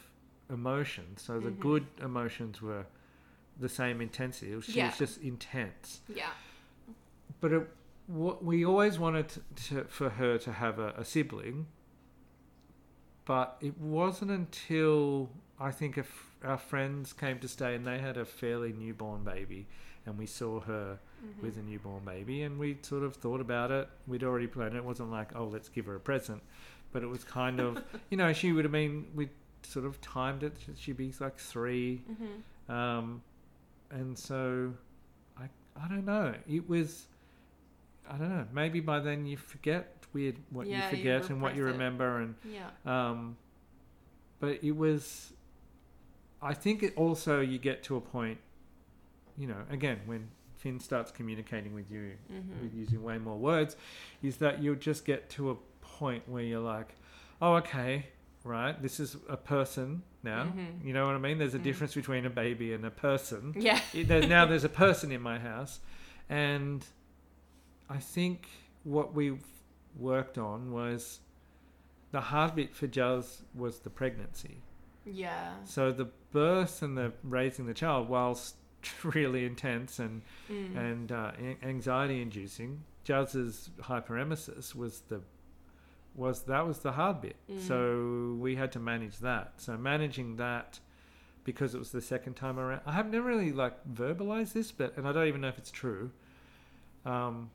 [SPEAKER 1] emotion. So the
[SPEAKER 3] Mhm.
[SPEAKER 1] good emotions were the same intensity. It was- She
[SPEAKER 3] Yeah.
[SPEAKER 1] was just intense.
[SPEAKER 3] Yeah.
[SPEAKER 1] But it, what we always wanted to, to, for her to have a, a sibling. But it wasn't until I think if our friends came to stay and they had a fairly newborn baby, and we saw her
[SPEAKER 3] Mm-hmm.
[SPEAKER 1] with a newborn baby and we sort of thought about it we'd already planned it. it wasn't like oh let's give her a present but it was kind of you know she would have been we sort of timed it she'd be like three
[SPEAKER 3] mm-hmm.
[SPEAKER 1] um and so i i don't know it was i don't know maybe by then you forget weird what
[SPEAKER 3] Yeah,
[SPEAKER 1] you
[SPEAKER 3] you
[SPEAKER 1] forget and what you
[SPEAKER 3] repress it.
[SPEAKER 1] remember and
[SPEAKER 3] Yeah.
[SPEAKER 1] um, but it was, I think it also you get to a point, you know, again, when Finn starts communicating with you with
[SPEAKER 3] Mm-hmm.
[SPEAKER 1] using way more words, is that you'll just get to a point where you're like, oh, okay, right, this is a person now.
[SPEAKER 3] Mhm.
[SPEAKER 1] You know what I mean? There's a
[SPEAKER 3] Mm.
[SPEAKER 1] difference between a baby and a person
[SPEAKER 3] Yeah.
[SPEAKER 1] it, there, now there's a person in my house, and I think what we worked on was the hard bit for Jazz was the pregnancy.
[SPEAKER 3] Yeah.
[SPEAKER 1] So the birth and the raising the child, whilst really intense and
[SPEAKER 3] Mm.
[SPEAKER 1] and uh, anxiety inducing, Jazz's hyperemesis was the was that was the hard bit.
[SPEAKER 3] Mm.
[SPEAKER 1] So we had to manage that. So managing that because it was the second time around. I have never really like verbalized this, but and I don't even know if it's true. Um,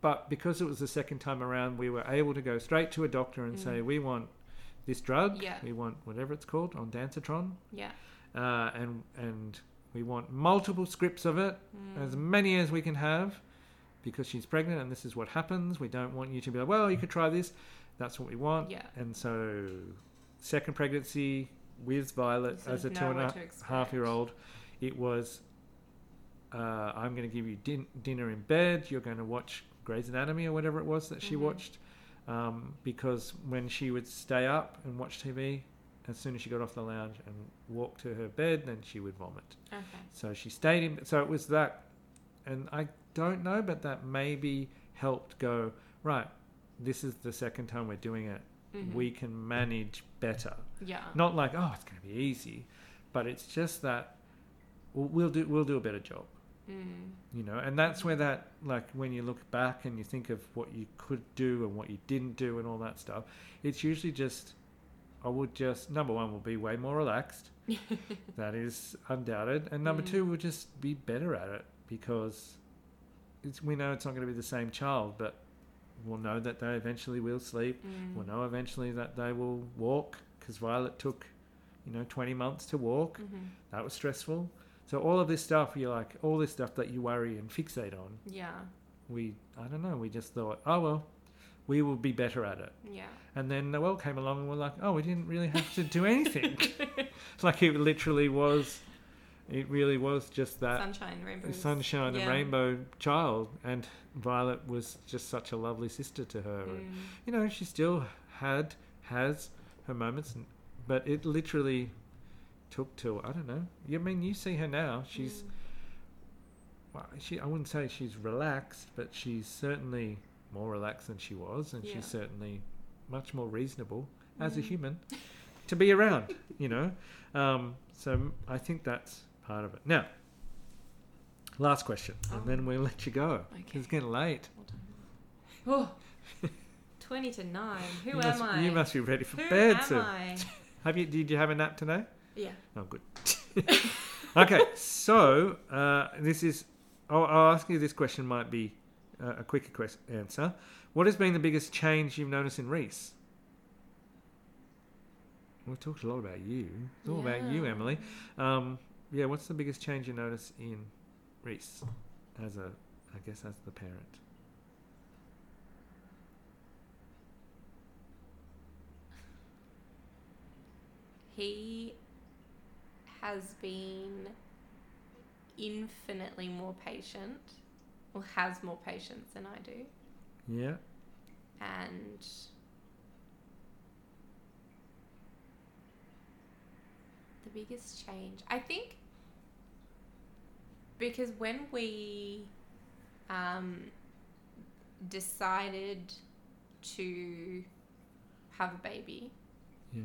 [SPEAKER 1] but because it was the second time around, we were able to go straight to a doctor and say
[SPEAKER 3] Mm.
[SPEAKER 1] we want this drug,
[SPEAKER 3] Yeah.
[SPEAKER 1] we want whatever it's called on Dancitron,
[SPEAKER 3] yeah.
[SPEAKER 1] uh, and and we want multiple scripts of it
[SPEAKER 3] Mm.
[SPEAKER 1] as many as we can have because she's pregnant and this is what happens. We don't want you to be like, well, you could try this. That's what we want.
[SPEAKER 3] Yeah.
[SPEAKER 1] And so, second pregnancy with Violet
[SPEAKER 3] You sort
[SPEAKER 1] as a
[SPEAKER 3] of
[SPEAKER 1] two
[SPEAKER 3] know
[SPEAKER 1] and
[SPEAKER 3] what
[SPEAKER 1] a
[SPEAKER 3] to expect.
[SPEAKER 1] half year old, it was uh, I'm going to give you din- dinner in bed. You're going to watch Grey's Anatomy or whatever it was that she
[SPEAKER 3] Mhm.
[SPEAKER 1] watched. Um, because when she would stay up and watch TV, as soon as she got off the lounge and walked to her bed, then she would vomit.
[SPEAKER 3] Okay.
[SPEAKER 1] So she stayed in. So it was that, and I don't know, but that maybe helped go right. This is the second time we're doing it.
[SPEAKER 3] Mhm.
[SPEAKER 1] We can manage better.
[SPEAKER 3] Yeah.
[SPEAKER 1] Not like oh, it's going to be easy, but it's just that we'll, we'll do we'll do a better job.
[SPEAKER 3] Mm.
[SPEAKER 1] You know, and that's where that like when you look back and you think of what you could do and what you didn't do and all that stuff, it's usually just I would just number one will be way more relaxed. that is undoubted, and number
[SPEAKER 3] Mm.
[SPEAKER 1] two will just be better at it because it's, we know it's not going to be the same child, but we'll know that they eventually will sleep.
[SPEAKER 3] Mm.
[SPEAKER 1] We'll know eventually that they will walk because Violet took, you know, twenty months to walk.
[SPEAKER 3] Mm-hmm.
[SPEAKER 1] That was stressful. So all of this stuff, you're like all this stuff that you worry and fixate on.
[SPEAKER 3] Yeah.
[SPEAKER 1] We I don't know. We just thought, oh well, we will be better at it.
[SPEAKER 3] Yeah.
[SPEAKER 1] And then Noel came along and we're like, oh, we didn't really have to do anything. It's like it literally was, it really was just that
[SPEAKER 3] Sunshine, rainbows.
[SPEAKER 1] sunshine and
[SPEAKER 3] Yeah.
[SPEAKER 1] rainbow child. And Violet was just such a lovely sister to her. And,
[SPEAKER 3] Mm.
[SPEAKER 1] you know, she still had, has her moments, and- but it literally took till, I don't know. You mean, you see her now, Oh, she's,
[SPEAKER 3] Mm.
[SPEAKER 1] well, she, I wouldn't say she's relaxed, but she's certainly more relaxed than she was, and
[SPEAKER 3] Yeah.
[SPEAKER 1] she's certainly much more reasonable as a
[SPEAKER 3] Mm.
[SPEAKER 1] human to be around, you know. Um, so m- I think that's part of it. Now, last question, and then
[SPEAKER 3] Oh.
[SPEAKER 1] we'll let you go.
[SPEAKER 3] Okay.
[SPEAKER 1] It's getting late.
[SPEAKER 3] What time is it? Oh, 20 to 9. Who
[SPEAKER 1] you
[SPEAKER 3] am
[SPEAKER 1] must,
[SPEAKER 3] I?
[SPEAKER 1] You must be ready for
[SPEAKER 3] Who
[SPEAKER 1] bed
[SPEAKER 3] am
[SPEAKER 1] soon.
[SPEAKER 3] I?
[SPEAKER 1] Have you? Did you have a nap today?
[SPEAKER 3] Yeah.
[SPEAKER 1] Oh, good. okay, so uh, this is. I'll, I'll ask you this question. Might be uh, a quicker quest- answer. What has been the biggest change you've noticed in Reese? We've talked a lot about you. It's all Oh, about you,
[SPEAKER 3] Yeah.
[SPEAKER 1] Emily. Um, yeah, what's the biggest change you notice in Reese as a, I guess, as the parent?
[SPEAKER 3] He has been infinitely more patient, or has more patience than I do.
[SPEAKER 1] Yeah,
[SPEAKER 3] and the biggest change i think because when we um, decided to have a baby
[SPEAKER 1] Yeah.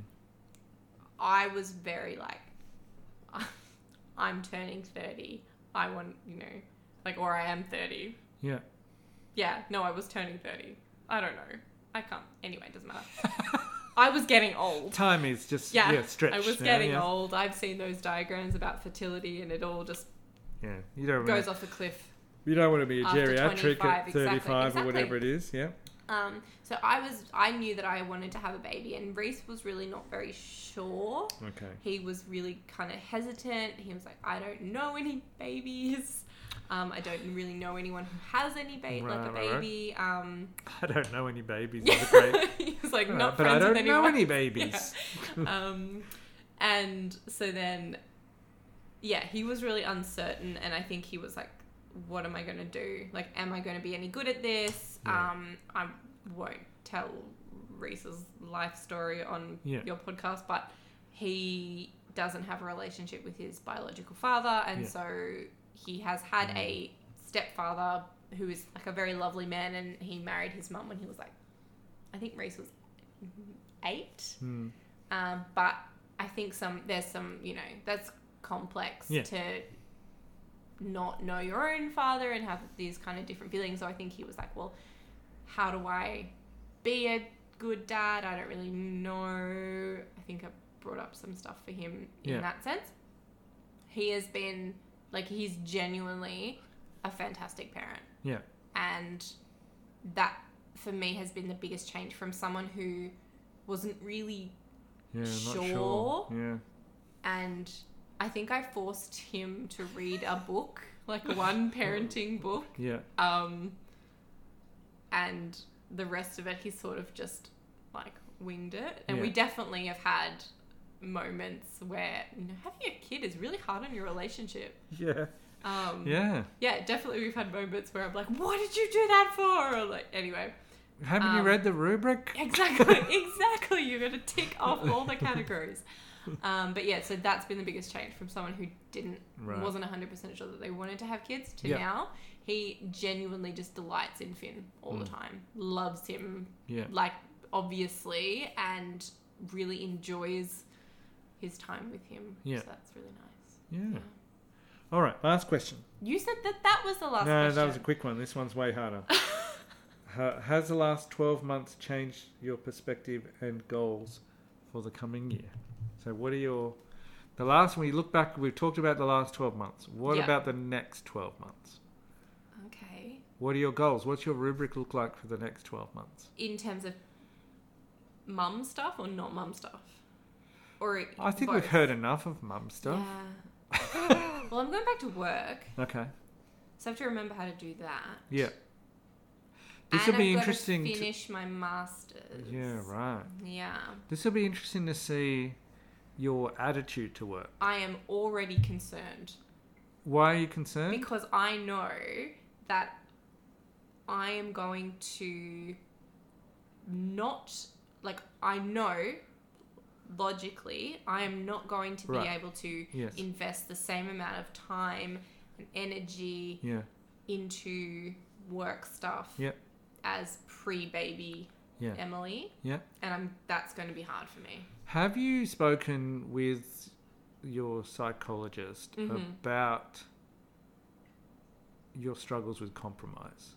[SPEAKER 3] i was very like i'm turning 30 i want you know like or i am 30
[SPEAKER 1] yeah.
[SPEAKER 3] yeah, no, I was turning 30. I don't know. I can't. Anyway, it doesn't matter. I was getting old.
[SPEAKER 1] Time is just yeah,
[SPEAKER 3] Yeah,
[SPEAKER 1] stretched.
[SPEAKER 3] I was
[SPEAKER 1] now,
[SPEAKER 3] getting
[SPEAKER 1] yeah.
[SPEAKER 3] old. I've seen those diagrams about fertility and it all just
[SPEAKER 1] Yeah, you don't want
[SPEAKER 3] goes
[SPEAKER 1] to,
[SPEAKER 3] off a cliff.
[SPEAKER 1] you don't want to be a
[SPEAKER 3] after
[SPEAKER 1] geriatric
[SPEAKER 3] 25,
[SPEAKER 1] at
[SPEAKER 3] exactly,
[SPEAKER 1] thirty five or
[SPEAKER 3] exactly.
[SPEAKER 1] whatever it is. Yeah.
[SPEAKER 3] Um, so I was I knew that I wanted to have a baby and Reese was really not very sure.
[SPEAKER 1] Okay.
[SPEAKER 3] He was really kind of hesitant. He was like, I don't know any babies. Um, I don't really know anyone who has any ba- like
[SPEAKER 1] Right,
[SPEAKER 3] a
[SPEAKER 1] right, right.
[SPEAKER 3] baby. Um,
[SPEAKER 1] I don't know any babies. is it great?
[SPEAKER 3] he's like,
[SPEAKER 1] All
[SPEAKER 3] not
[SPEAKER 1] right, but I
[SPEAKER 3] friends
[SPEAKER 1] don't
[SPEAKER 3] with
[SPEAKER 1] know
[SPEAKER 3] anyone.
[SPEAKER 1] any babies.
[SPEAKER 3] um, and so then, yeah, he was really uncertain, and I think he was like, "What am I going to do? Like, am I going to be any good at this?
[SPEAKER 1] Yeah.
[SPEAKER 3] Um, I won't tell Reese's life story on
[SPEAKER 1] Yeah.
[SPEAKER 3] your podcast, but he doesn't have a relationship with his biological father, and
[SPEAKER 1] Yeah. Mm.
[SPEAKER 3] so he has had a stepfather who is like a very lovely man, and he married his mum when he was like, I think Reese was eight.
[SPEAKER 1] Hmm.
[SPEAKER 3] Um, but I think some there's some you know that's complex
[SPEAKER 1] Yeah.
[SPEAKER 3] to not know your own father and have these kind of different feelings. So I think he was like, well, how do I be a good dad? I don't really know. I think I brought up some stuff for him in
[SPEAKER 1] Yeah.
[SPEAKER 3] that sense. He has been like he's genuinely a fantastic parent.
[SPEAKER 1] Yeah.
[SPEAKER 3] And that for me has been the biggest change from someone who wasn't really
[SPEAKER 1] Yeah, I'm not sure.
[SPEAKER 3] Sure.
[SPEAKER 1] Yeah.
[SPEAKER 3] and I think I forced him to read a book, like one parenting book.
[SPEAKER 1] Yeah.
[SPEAKER 3] Um, and the rest of it, he sort of just like winged it. And we
[SPEAKER 1] Yeah.
[SPEAKER 3] definitely have had moments where you know having a kid is really hard on your relationship.
[SPEAKER 1] Yeah.
[SPEAKER 3] Um,
[SPEAKER 1] Yeah.
[SPEAKER 3] yeah, definitely we've had moments where I'm like, "What did you do that for?" Or like, anyway,
[SPEAKER 1] Haven't you
[SPEAKER 3] Um,
[SPEAKER 1] read the rubric?
[SPEAKER 3] Exactly, exactly. You're going to tick off all the categories. Um, but yeah, so that's been the biggest change from someone who didn't
[SPEAKER 1] Right.
[SPEAKER 3] wasn't 100% sure that they wanted to have kids to
[SPEAKER 1] Yeah.
[SPEAKER 3] now he genuinely just delights in Finn all the
[SPEAKER 1] Mm.
[SPEAKER 3] time. Loves him
[SPEAKER 1] Yeah.
[SPEAKER 3] like obviously and really enjoys his time with him.
[SPEAKER 1] Yeah.
[SPEAKER 3] So that's really nice.
[SPEAKER 1] Yeah. All right. Last question.
[SPEAKER 3] You said that that was the last
[SPEAKER 1] no,
[SPEAKER 3] question.
[SPEAKER 1] that was a quick one. This one's way harder. Ha- Has the last twelve months changed your perspective and goals for the coming year. So, what are your the last when you look back? We've talked about the last twelve months. What
[SPEAKER 3] Yeah.
[SPEAKER 1] about the next twelve months?
[SPEAKER 3] Okay.
[SPEAKER 1] What are your goals? What's your rubric look like for the next twelve months?
[SPEAKER 3] In terms of mum stuff or not mum stuff? Or
[SPEAKER 1] I think
[SPEAKER 3] both?
[SPEAKER 1] we've heard enough of mum stuff.
[SPEAKER 3] Yeah. well, I'm going back to work,
[SPEAKER 1] Okay.
[SPEAKER 3] so I have to remember how to do that.
[SPEAKER 1] Yeah. This
[SPEAKER 3] And
[SPEAKER 1] will be
[SPEAKER 3] I've got to
[SPEAKER 1] interesting. To
[SPEAKER 3] finish my masters.
[SPEAKER 1] yeah, right.
[SPEAKER 3] Yeah.
[SPEAKER 1] This will be interesting to see your attitude to work.
[SPEAKER 3] I am already concerned
[SPEAKER 1] Why are you concerned?
[SPEAKER 3] because I know that I am going to not like I know logically I am not going to be
[SPEAKER 1] Right.
[SPEAKER 3] able to
[SPEAKER 1] yes.
[SPEAKER 3] invest the same amount of time and energy
[SPEAKER 1] yeah.
[SPEAKER 3] into work stuff
[SPEAKER 1] Yep.
[SPEAKER 3] as pre-baby
[SPEAKER 1] Yeah.
[SPEAKER 3] Emily.
[SPEAKER 1] Yeah.
[SPEAKER 3] And I'm that's going to be hard for me.
[SPEAKER 1] Have you spoken with your psychologist
[SPEAKER 3] Mhm.
[SPEAKER 1] about your struggles with compromise?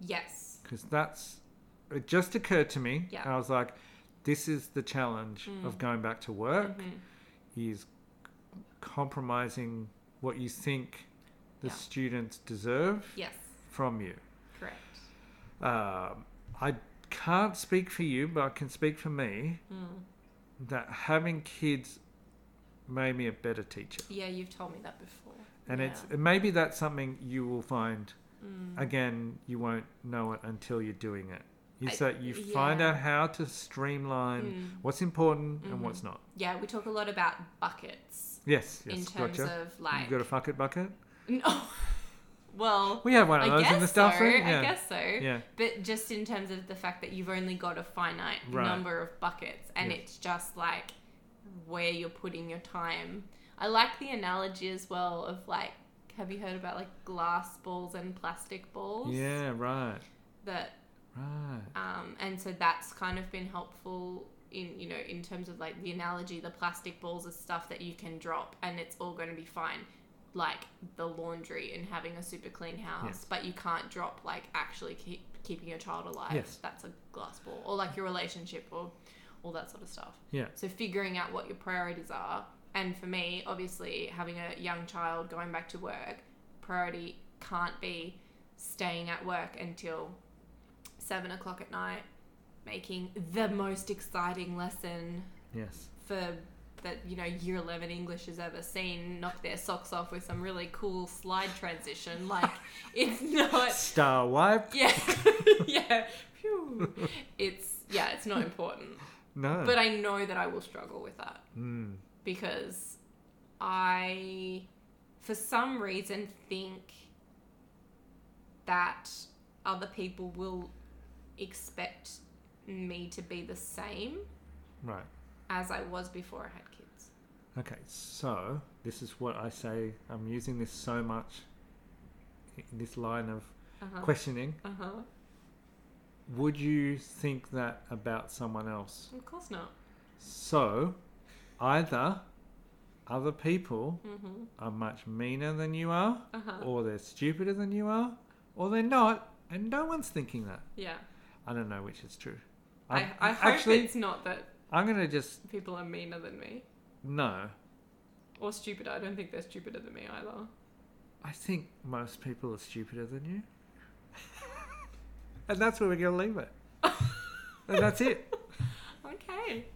[SPEAKER 3] Yes.
[SPEAKER 1] Because that's it just occurred to me.
[SPEAKER 3] Yeah.
[SPEAKER 1] And I was like, this is the challenge
[SPEAKER 3] Mm.
[SPEAKER 1] of going back to work
[SPEAKER 3] Mhm.
[SPEAKER 1] is compromising what you think the
[SPEAKER 3] Yeah.
[SPEAKER 1] students deserve
[SPEAKER 3] Yes.
[SPEAKER 1] from you.
[SPEAKER 3] Correct.
[SPEAKER 1] Um, I can't speak for you, but I can speak for me
[SPEAKER 3] Mm.
[SPEAKER 1] that having kids made me a better teacher.
[SPEAKER 3] Yeah, you've told me that before.
[SPEAKER 1] And it's
[SPEAKER 3] Yeah.
[SPEAKER 1] and maybe that's something you will find
[SPEAKER 3] Mm.
[SPEAKER 1] again. You won't know it until you're doing it. Is
[SPEAKER 3] I-
[SPEAKER 1] that you find
[SPEAKER 3] yeah.
[SPEAKER 1] out how to streamline
[SPEAKER 3] Mm.
[SPEAKER 1] what's important and
[SPEAKER 3] Mhm.
[SPEAKER 1] what's not.
[SPEAKER 3] Yeah, we talk a lot about buckets
[SPEAKER 1] Yes, yes,
[SPEAKER 3] in terms
[SPEAKER 1] gotcha.
[SPEAKER 3] of like
[SPEAKER 1] you got a fuck it bucket.
[SPEAKER 3] no. well,
[SPEAKER 1] We have one of
[SPEAKER 3] I
[SPEAKER 1] those in the
[SPEAKER 3] guess so.
[SPEAKER 1] staff room. Yeah,
[SPEAKER 3] I guess so.
[SPEAKER 1] yeah,
[SPEAKER 3] But just in terms of the fact that you've only got a finite
[SPEAKER 1] Right.
[SPEAKER 3] number of buckets, and
[SPEAKER 1] Yes.
[SPEAKER 3] it's just like where you're putting your time. I like the analogy as well of like, have you heard about like glass balls and plastic balls?
[SPEAKER 1] yeah. Right,
[SPEAKER 3] That
[SPEAKER 1] right.
[SPEAKER 3] um, and so that's kind of been helpful in you know in terms of like the analogy the plastic balls is stuff that you can drop and it's all going to be fine like the laundry and having a super clean house
[SPEAKER 1] Yes.
[SPEAKER 3] but you can't drop like actually keep, keeping your child alive
[SPEAKER 1] Yes.
[SPEAKER 3] that's a glass ball or like your relationship or all that sort of stuff
[SPEAKER 1] Yeah.
[SPEAKER 3] so figuring out what your priorities are and for me obviously having a young child going back to work priority can't be staying at work until seven o'clock at night, making the most exciting lesson
[SPEAKER 1] Yes.
[SPEAKER 3] for that you know year eleven English has ever seen. Knock their socks off with some really cool slide transition. Like it's not,
[SPEAKER 1] Star wipe.
[SPEAKER 3] yeah, yeah. Phew. It's yeah, it's not important.
[SPEAKER 1] No.
[SPEAKER 3] But I know that I will struggle with that
[SPEAKER 1] mm.
[SPEAKER 3] because I, for some reason, think that other people will expect me to be the same
[SPEAKER 1] Right.
[SPEAKER 3] as I was before I had kids.
[SPEAKER 1] Okay, so this is what I say. I'm using this so much, in this line of
[SPEAKER 3] Uh huh.
[SPEAKER 1] questioning.
[SPEAKER 3] Uh huh.
[SPEAKER 1] Would you think that about someone else?
[SPEAKER 3] Of course not.
[SPEAKER 1] So, either other people
[SPEAKER 3] Mm-hmm.
[SPEAKER 1] are much meaner than you are,
[SPEAKER 3] Uh huh.
[SPEAKER 1] or they're stupider than you are, or they're not, and no one's thinking that.
[SPEAKER 3] Yeah.
[SPEAKER 1] I don't know which is true.
[SPEAKER 3] I,
[SPEAKER 1] I'm-
[SPEAKER 3] I hope
[SPEAKER 1] actually,
[SPEAKER 3] it's not that
[SPEAKER 1] I'm going to just
[SPEAKER 3] people are meaner than me
[SPEAKER 1] no.
[SPEAKER 3] or stupider. I don't think they're stupider than me either.
[SPEAKER 1] I think most people are stupider than you. and that's where we're going to leave it. and that's it.
[SPEAKER 3] Okay.